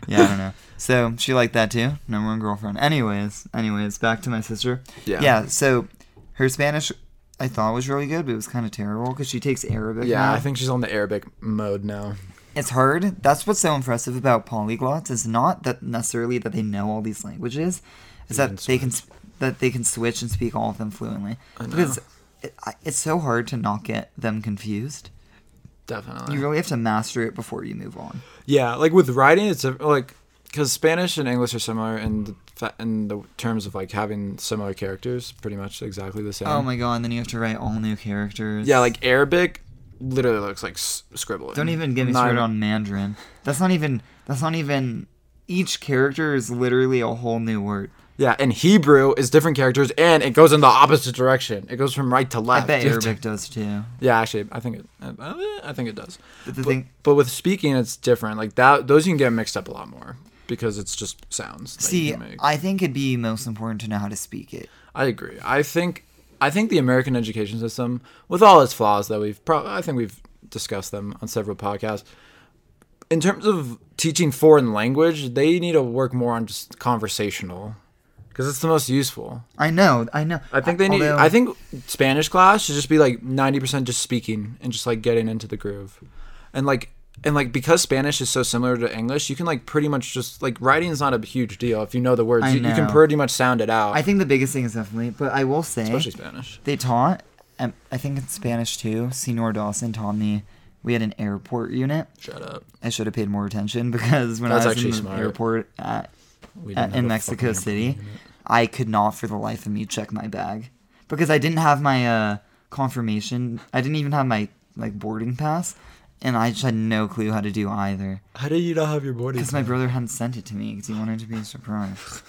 S3: Yeah, I don't know. So she liked that too. Number one girlfriend. Anyways, anyways, back to my sister.
S2: Yeah.
S3: so her Spanish I thought was really good, but it was kind of terrible because she takes Arabic.
S2: Yeah, I think she's on the Arabic mode now.
S3: It's hard. That's what's so impressive about polyglots is not that necessarily that they know all these languages, is that they can sp- that they can switch and speak all of them fluently. Because it, I- it's so hard to not get them confused.
S2: Definitely.
S3: You really have to master it before you move on.
S2: Yeah, like with writing, it's a, like because Spanish and English are similar in the fa- in the terms of like having similar characters, pretty much exactly the same.
S3: Oh my god! And then you have to write all new characters.
S2: Yeah, like Arabic literally looks like s- scribbling.
S3: don't even get me
S2: Not
S3: started
S2: even-
S3: on Mandarin. That's not even. That's not even. Each character is literally a whole new word.
S2: Yeah, and Hebrew is different characters, and it goes in the opposite direction. It goes from right to
S3: I
S2: left.
S3: bet Arabic does too.
S2: Yeah, actually, I think it. I I think it does.
S3: But the thing,
S2: But with speaking, it's different. Like that, those you can get mixed up a lot more because it's just sounds. that you
S3: see,
S2: can make.
S3: I think it'd be most important to know how to speak it.
S2: I agree. I think I think the American education system, with all its flaws that we've probably I think we've discussed them on several podcasts. In terms of teaching foreign language, they need to work more on just conversational because it's the most useful.
S3: I know, I know.
S2: I think they need.
S3: Although-
S2: I think Spanish class should just be like ninety percent just speaking and just like getting into the groove, and like and like because Spanish is so similar to English, you can like pretty much just like writing is not a huge deal if you know the words.
S3: I
S2: You, you can
S3: know.
S2: pretty much sound it out,
S3: I think the biggest thing is definitely, but I will say
S2: especially Spanish.
S3: they taught. Um, I think in Spanish too. Senor Dawson taught me. We had an airport unit.
S2: Shut up.
S3: I should have paid more attention because when
S2: That's
S3: I was in
S2: actually
S3: the
S2: smart.
S3: airport at,
S2: We
S3: at-
S2: didn't have
S3: Uh, in
S2: a
S3: Mexico
S2: fucking
S3: City, I could not for the life of me check my bag because I didn't have my uh, confirmation. I didn't even have my like boarding pass, and I just had no clue how to do either
S2: How do you not have your boarding?
S3: because my brother hadn't sent it to me because he wanted to be a surprise.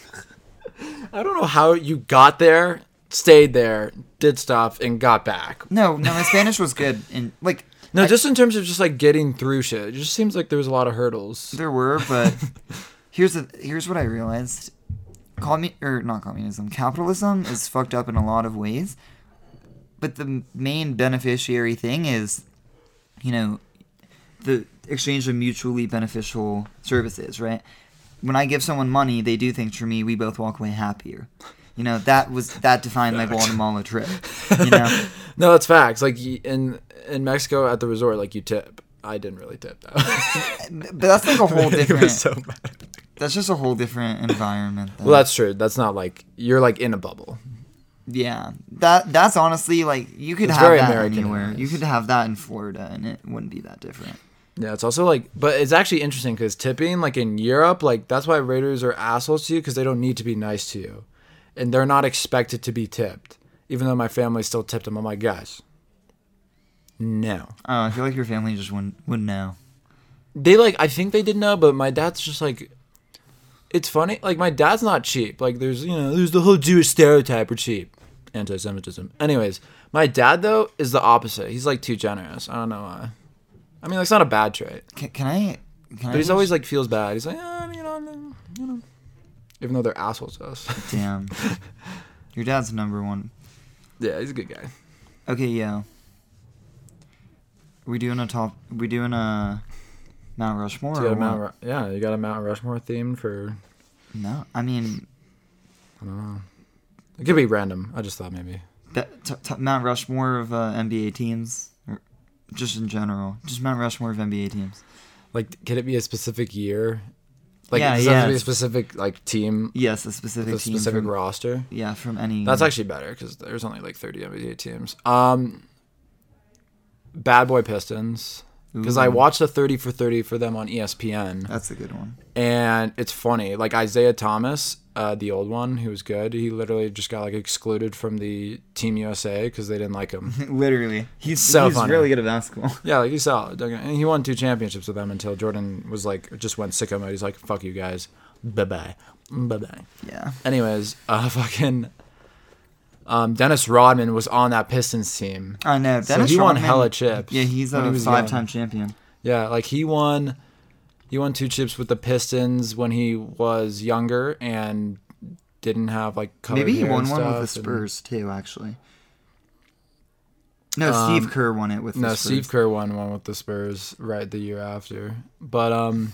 S2: I don't know how you got there, stayed there, did stuff, and got back.
S3: No, no, my Spanish was good and like
S2: No, just in terms of just like getting through shit, it just seems like there was a lot of hurdles.
S3: There were, but here's the here's what I realized. Commun or not communism, capitalism is fucked up in a lot of ways. But the m- main beneficiary thing is, you know, the exchange of mutually beneficial services, right? When I give someone money, they do things for me. We both walk away happier. You know, that was that defined my Guatemala trip. You know.
S2: No, that's facts. Like y- in in Mexico at the resort, like you tip. I didn't really tip though.
S3: But that's like a whole
S2: It
S3: different.
S2: was so bad.
S3: that's just a whole different environment. though.
S2: Well, that's true. That's not like you're like in a bubble.
S3: Yeah, that that's honestly like you could
S2: It's
S3: have
S2: very
S3: that
S2: American
S3: anywhere.
S2: anyways.
S3: You could have that in Florida, and it wouldn't be that different.
S2: Yeah, it's also like, but it's actually interesting because tipping, like in Europe, like that's why waiters are assholes to you because they don't need to be nice to you, and they're not expected to be tipped. Even though my family still tipped them, I'm like, guys, no.
S3: Oh, I feel like your family just wouldn't would know.
S2: They like, I think they did know, but my dad's just like, it's funny. Like my dad's not cheap. Like there's you know there's the whole Jewish stereotype we're cheap, anti-Semitism. Anyways, my dad though is the opposite. He's like too generous. I don't know why. I mean, like, it's not a bad trait.
S3: Can, can I? Can I
S2: But he's
S3: just-
S2: always like feels bad. He's like, ah, you know, no, you know, even though they're assholes to us.
S3: damn. your dad's number one.
S2: yeah, he's a good guy.
S3: Okay, yo. We doing a top? We doing a Mount Rushmore?
S2: You
S3: or
S2: got a
S3: what?
S2: Mount, Ru- yeah, you got a Mount Rushmore theme for.
S3: no, I mean
S2: It could be random. I just thought maybe.
S3: that, t- t- Mount Rushmore of uh, NBA teams, or just in general, just Mount Rushmore of NBA teams.
S2: Like, could it be a specific year? Like
S3: Yeah,
S2: does it have to be
S3: yeah.
S2: a specific like team,
S3: Yes, a specific
S2: a
S3: team.
S2: specific
S3: from,
S2: roster. Mm-hmm.
S3: yeah, from any.
S2: That's actually better because there's only like 30 NBA teams. Um, Bad Boy Pistons because I
S3: Ooh.
S2: watched a 30 for 30 for them on E ESPN
S3: That's a good one.
S2: and it's funny. Like Isaiah Thomas, uh, the old one who was good, he literally just got like excluded from the Team USA because they didn't like him.
S3: Literally, he's
S2: So
S3: he's
S2: funny.
S3: really good at basketball.
S2: Yeah, like he's solid. Don't get- And he won two championships with them until Jordan was like, just went sicko mode. He's like, fuck you guys. Bye bye. Bye bye.
S3: Yeah.
S2: Anyways, uh, fucking um, Dennis Rodman was on that Pistons team.
S3: I know.
S2: So
S3: Dennis
S2: he won
S3: Rodman-
S2: hella chips
S3: Yeah, he's
S2: when he
S3: a
S2: was
S3: five-time champion.
S2: Yeah, like he won, he won two chips with the Pistons when he was younger and didn't have like colored
S3: Maybe he
S2: hair
S3: won
S2: and
S3: one with the
S2: stuff, and-
S3: Spurs too, actually. No, Steve Kerr won it with
S2: Um, No,
S3: the Spurs.
S2: Steve Kerr won one with the Spurs right the year after. But um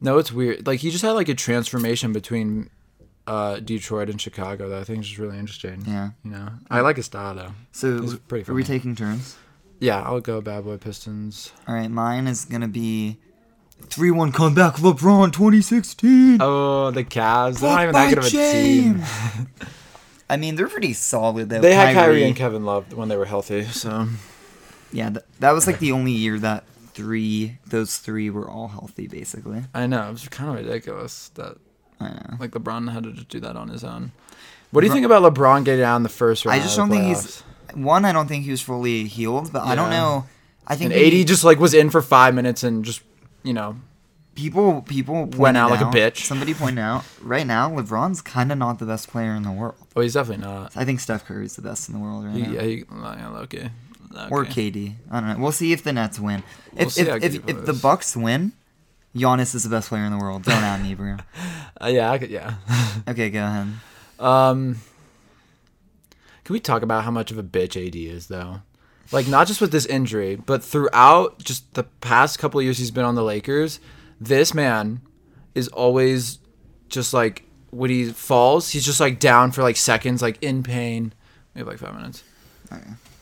S2: no, it's weird. Like he just had like a transformation between uh Detroit and Chicago that I think is just really interesting.
S3: Yeah.
S2: You know. I like his style though.
S3: So
S2: It's pretty
S3: are we
S2: funny.
S3: taking turns?
S2: Yeah, I'll go Bad Boy Pistons.
S3: All right, mine is gonna be three-one comeback LeBron 2016.
S2: Oh, the Cavs. They're not
S3: Fuck
S2: even that
S3: my
S2: good of a team.
S3: I mean, they're pretty solid though.
S2: They had Kyrie and Kevin Love when they were healthy, so
S3: Yeah, th- that was like the only year that three, those three were all healthy basically.
S2: I know, it was kind of ridiculous that
S3: I know.
S2: like LeBron had to do that on his own. What do you think about LeBron getting out in the first round?
S3: I just
S2: of
S3: don't
S2: the
S3: think
S2: Uh, playoffs?
S3: he's one. I don't think he was fully healed, but I don't
S2: Yeah.
S3: know. I think
S2: and
S3: maybe
S2: AD just like was in for five minutes and just you know
S3: people people
S2: Went
S3: pointed
S2: out like a bitch.
S3: Somebody pointed out right now LeBron's kind of not the best player in the world.
S2: oh he's definitely not
S3: I think Steph Curry's the best in the world right
S2: he,
S3: now.
S2: yeah, he, yeah, okay. okay
S3: Or KD. I don't know. We'll see if the Nets win.
S2: We'll
S3: if
S2: see how
S3: if, if,
S2: Cleveland
S3: if the
S2: is.
S3: Bucks win, Giannis is the best player in the world. Don't out me, bro.
S2: Uh, yeah I could, yeah
S3: Okay, go ahead.
S2: um can we talk about how much of a bitch AD is though like not just with this injury but throughout just the past couple of years he's been on the Lakers this man is always just like when he falls he's just like down for like seconds like in pain maybe like five minutes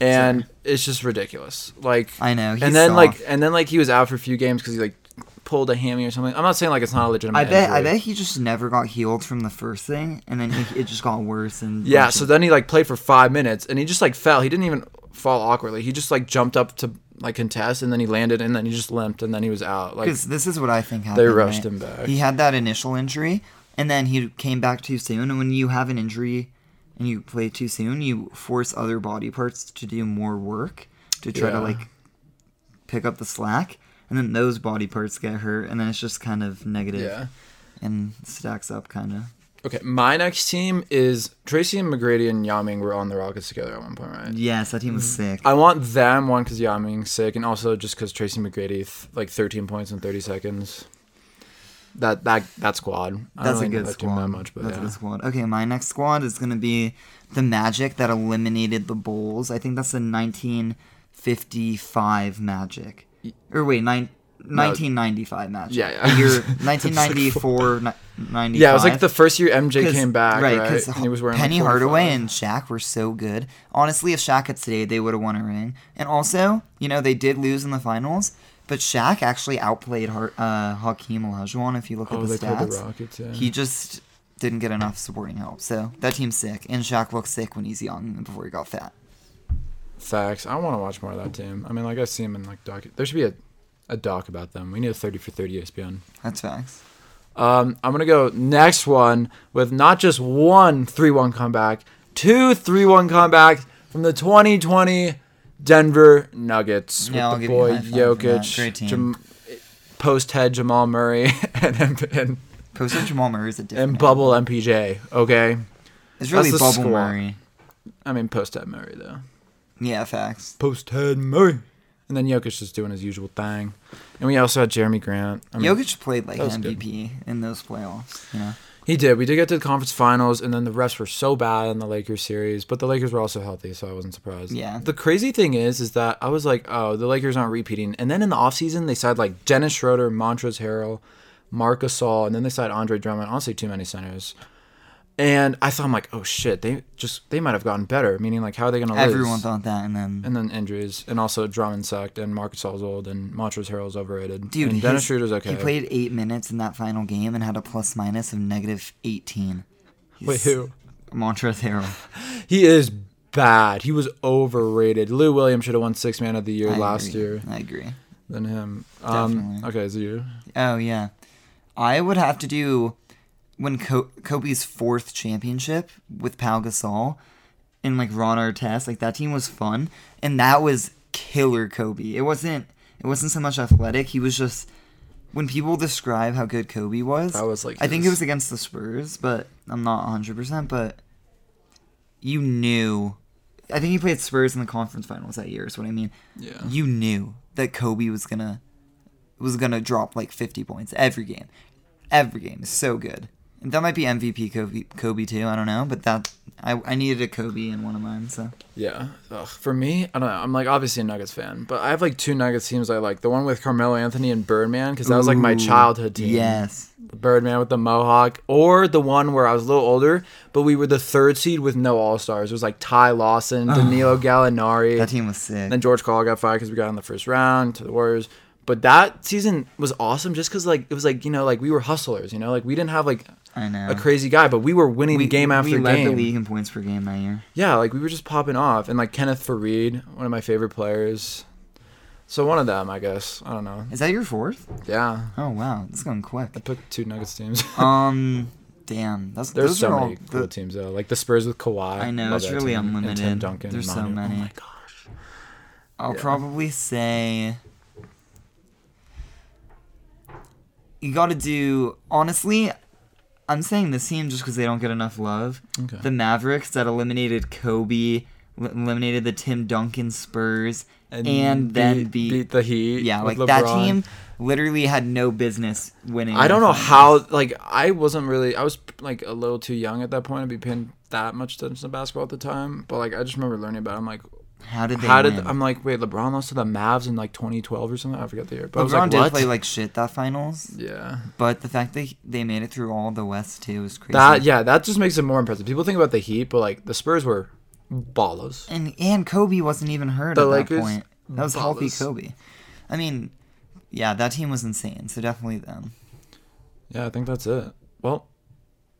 S2: and it's just ridiculous like
S3: Oh, I know. He's
S2: and then
S3: soft.
S2: like and then like he was out for a few games because he like pulled a hammy or something. I'm not saying like it's not a legitimate.
S3: I bet I
S2: injury.
S3: bet he just never got healed from the first thing, and then he, it just got worse. And
S2: Yeah. So then he like played for five minutes and he just like fell. He didn't even fall awkwardly. He just like jumped up to like contest and then he landed and then he just limped and then he was out. Like
S3: because this is what I think happened.
S2: they rushed
S3: right?
S2: him back.
S3: He had that initial injury, and then he came back too soon. And when you have an injury and you play too soon, you force other body parts to do more work to try
S2: Yeah.
S3: to like pick up the slack. And then those body parts get hurt, and then it's just kind of negative
S2: Yeah.
S3: and stacks up, kind of.
S2: Okay. My next team is Tracy and McGrady and Yaming were on the Rockets together at one point, right?
S3: Yes, that team was sick.
S2: I want them one because Yaming's sick, and also just because Tracy McGrady th- like 13 points in 30 seconds. That that that squad. I don't
S3: That's a
S2: really know
S3: good
S2: that team
S3: squad.
S2: That much, but
S3: That's
S2: yeah.
S3: a good squad. Okay, my next squad is gonna be the Magic that eliminated the Bulls. I think that's the 1955 Magic, or wait, nine, 1995 Magic.
S2: Yeah, yeah.
S3: The year
S2: It's like
S3: 1994, ni- 95.
S2: Yeah, it was like the first year MJ
S3: 'Cause-
S2: came back, right?
S3: Because
S2: And he was wearing
S3: Penny
S2: like,
S3: Hardaway
S2: 45.
S3: and Shaq were so good. Honestly, if Shaq had stayed, they would have won a ring. And also, you know, they did lose in the finals. But Shaq actually outplayed Har- uh, Hakeem Olajuwon. If you look
S2: Oh,
S3: at the
S2: they
S3: stats,
S2: played the Rockets. Yeah.
S3: he just didn't get enough supporting help. So that team's sick. And Shaq looks sick when he's young and before he got fat.
S2: Facts. I want to watch more of that team. I mean, like I see him in like doc. There should be a, a doc about them. We need a 30 for E 30 ESPN.
S3: That's facts.
S2: Um, I'm gonna go next one with not just one 3-1 comeback, two 3-1 comebacks from the 2020 Denver Nuggets
S3: Yeah, I'll
S2: with the
S3: give you a
S2: boy
S3: high five for that.
S2: Jokic,
S3: Great team.
S2: post head Jamal Murray, and and, and,
S3: Poster Jamal Murray is a different.
S2: and bubble MPJ. Okay,
S3: It's really
S2: that's the
S3: Bubble
S2: squad.
S3: Murray.
S2: I mean post head Murray though.
S3: Yeah, facts.
S2: Post head Murray, and then Jokic just doing his usual thing, and we also had Jeremy Grant. I mean,
S3: Jokic played like
S2: Mm. that was
S3: an
S2: good.
S3: MVP in those playoffs. You know,
S2: He did. We did get to the conference finals, and then the refs were so bad in the Lakers series, but the Lakers were also healthy, so I wasn't surprised.
S3: Yeah.
S2: The crazy thing is, is that I was like, oh, the Lakers aren't repeating. And then in the offseason, they signed like Dennis Schroeder, Montrose Harrell, Marc Gasol, and then they signed Andre Drummond. Honestly, too many centers. And I thought I'm like, oh shit, they just they might have gotten better. Meaning like, how are they gonna lose?
S3: Everyone thought that, and then
S2: Oh, and then injuries, and also Drummond sucked, and Marcus All's old, and Montrezl Harrell's overrated.
S3: dude,
S2: and Dennis
S3: his-
S2: Schroeder's okay.
S3: He played eight minutes in that final game and had a plus minus of negative eighteen.
S2: Wait,
S3: He's-
S2: who?
S3: Montrezl Harrell.
S2: He is bad. He was overrated. Lou Williams should have won Six Man of the Year
S3: I
S2: last
S3: agree.
S2: year
S3: I agree.
S2: than him. Um,
S3: Definitely.
S2: okay, is it you?
S3: Oh yeah, I would have to do when Co- Kobe's fourth championship with Pau Gasol and like Ron Artest. Like that team was fun, and that was killer Kobe. It wasn't. It wasn't so much athletic. He was just when people describe how good Kobe was.
S2: That was, like,
S3: I think it
S2: his-
S3: was against the Spurs, but I'm not 100. percent But you knew. I think he played Spurs in the conference finals that year. Is what I mean
S2: Yeah.
S3: you knew that Kobe was gonna was gonna drop like 50 points every game. Every game is so good. And that might be MVP Kobe, Kobe too. I don't know, but that I, I needed a Kobe in one of mine. So
S2: Yeah. Ugh. For me, I don't know. I'm like obviously a Nuggets fan, but I have like two Nuggets teams I like. The one with Carmelo Anthony and Birdman because that was like my
S3: Ooh,
S2: childhood team.
S3: Yes,
S2: The Birdman with the mohawk, or the one where I was a little older, but we were the third seed with no All Stars. It was like Ty Lawson, Danilo Gallinari.
S3: that team was sick.
S2: Then George Call got fired because we got in the first round to the Warriors. But that season was awesome just because like it was like you know like we were hustlers. You know like we didn't have like
S3: I know.
S2: a crazy guy, but we were winning game after
S3: we
S2: game.
S3: led the league in points per game that year.
S2: Yeah, like we were just popping off, and like Kenneth Farid, one of my favorite players. So one of them, I guess. I don't know.
S3: Is that your fourth?
S2: Yeah,
S3: Oh wow, it's going quick.
S2: I picked two Nuggets teams.
S3: Um, damn, that's
S2: There's
S3: those
S2: so
S3: are all
S2: many cool
S3: the-
S2: teams though, like the Spurs with Kawhi.
S3: I know,
S2: Love
S3: it's
S2: that
S3: really
S2: team. And Tim
S3: unlimited.
S2: Duncan.
S3: There's so
S2: Manu.
S3: many.
S2: Oh my gosh.
S3: I'll
S2: Yeah.
S3: probably say you got to do honestly. I'm saying this team just because they don't get enough love.
S2: Okay.
S3: The Mavericks that eliminated Kobe, l- eliminated the Tim Duncan Spurs, and, then
S2: beat,
S3: beat,
S2: beat the Heat.
S3: yeah, like
S2: with
S3: that
S2: LeBron.
S3: team literally had no business winning.
S2: I don't
S3: the
S2: know
S3: finals.
S2: how. Like I wasn't really. I was like a little too young at that point to be paying that much attention to basketball at the time. But like I just remember learning about. It. I'm like,
S3: How did they?
S2: How did
S3: win?
S2: I'm like, wait, LeBron lost to the Mavs in like 2012 or something. I forget the year, but I
S3: LeBron
S2: was like,
S3: did
S2: what?
S3: play like shit that finals,
S2: yeah,
S3: but the fact that they made it through all the West too is crazy.
S2: that yeah, that just makes it more impressive. People think about the Heat, but like the Spurs were ballos.
S3: And and Kobe wasn't even hurt
S2: The
S3: at
S2: Lakers
S3: that point. That was healthy
S2: ballers.
S3: Kobe. I mean, yeah, that team was insane. So definitely them.
S2: Yeah, I think that's it. Well,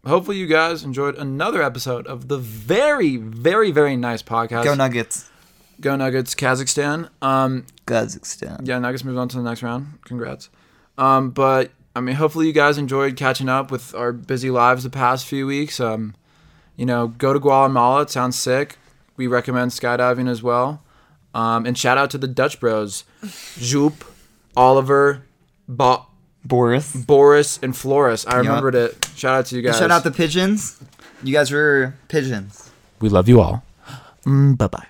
S2: hopefully you guys enjoyed another episode of the very, very, very nice podcast.
S3: Go Nuggets.
S2: Go Nuggets, Kazakhstan. Um,
S3: Kazakhstan.
S2: yeah, Nuggets moves on to the next round. Congrats. Um, but I mean, hopefully you guys enjoyed catching up with our busy lives the past few weeks. Um, you know, go to Guatemala. It sounds sick. We recommend skydiving as well. Um, and shout out to the Dutch Bros, Joop, Oliver, Bo-
S3: Boris.
S2: Boris, and Floris. I remembered it. Shout out to you guys.
S3: Shout out the pigeons. You guys were pigeons.
S2: we love you all. Mm, bye bye.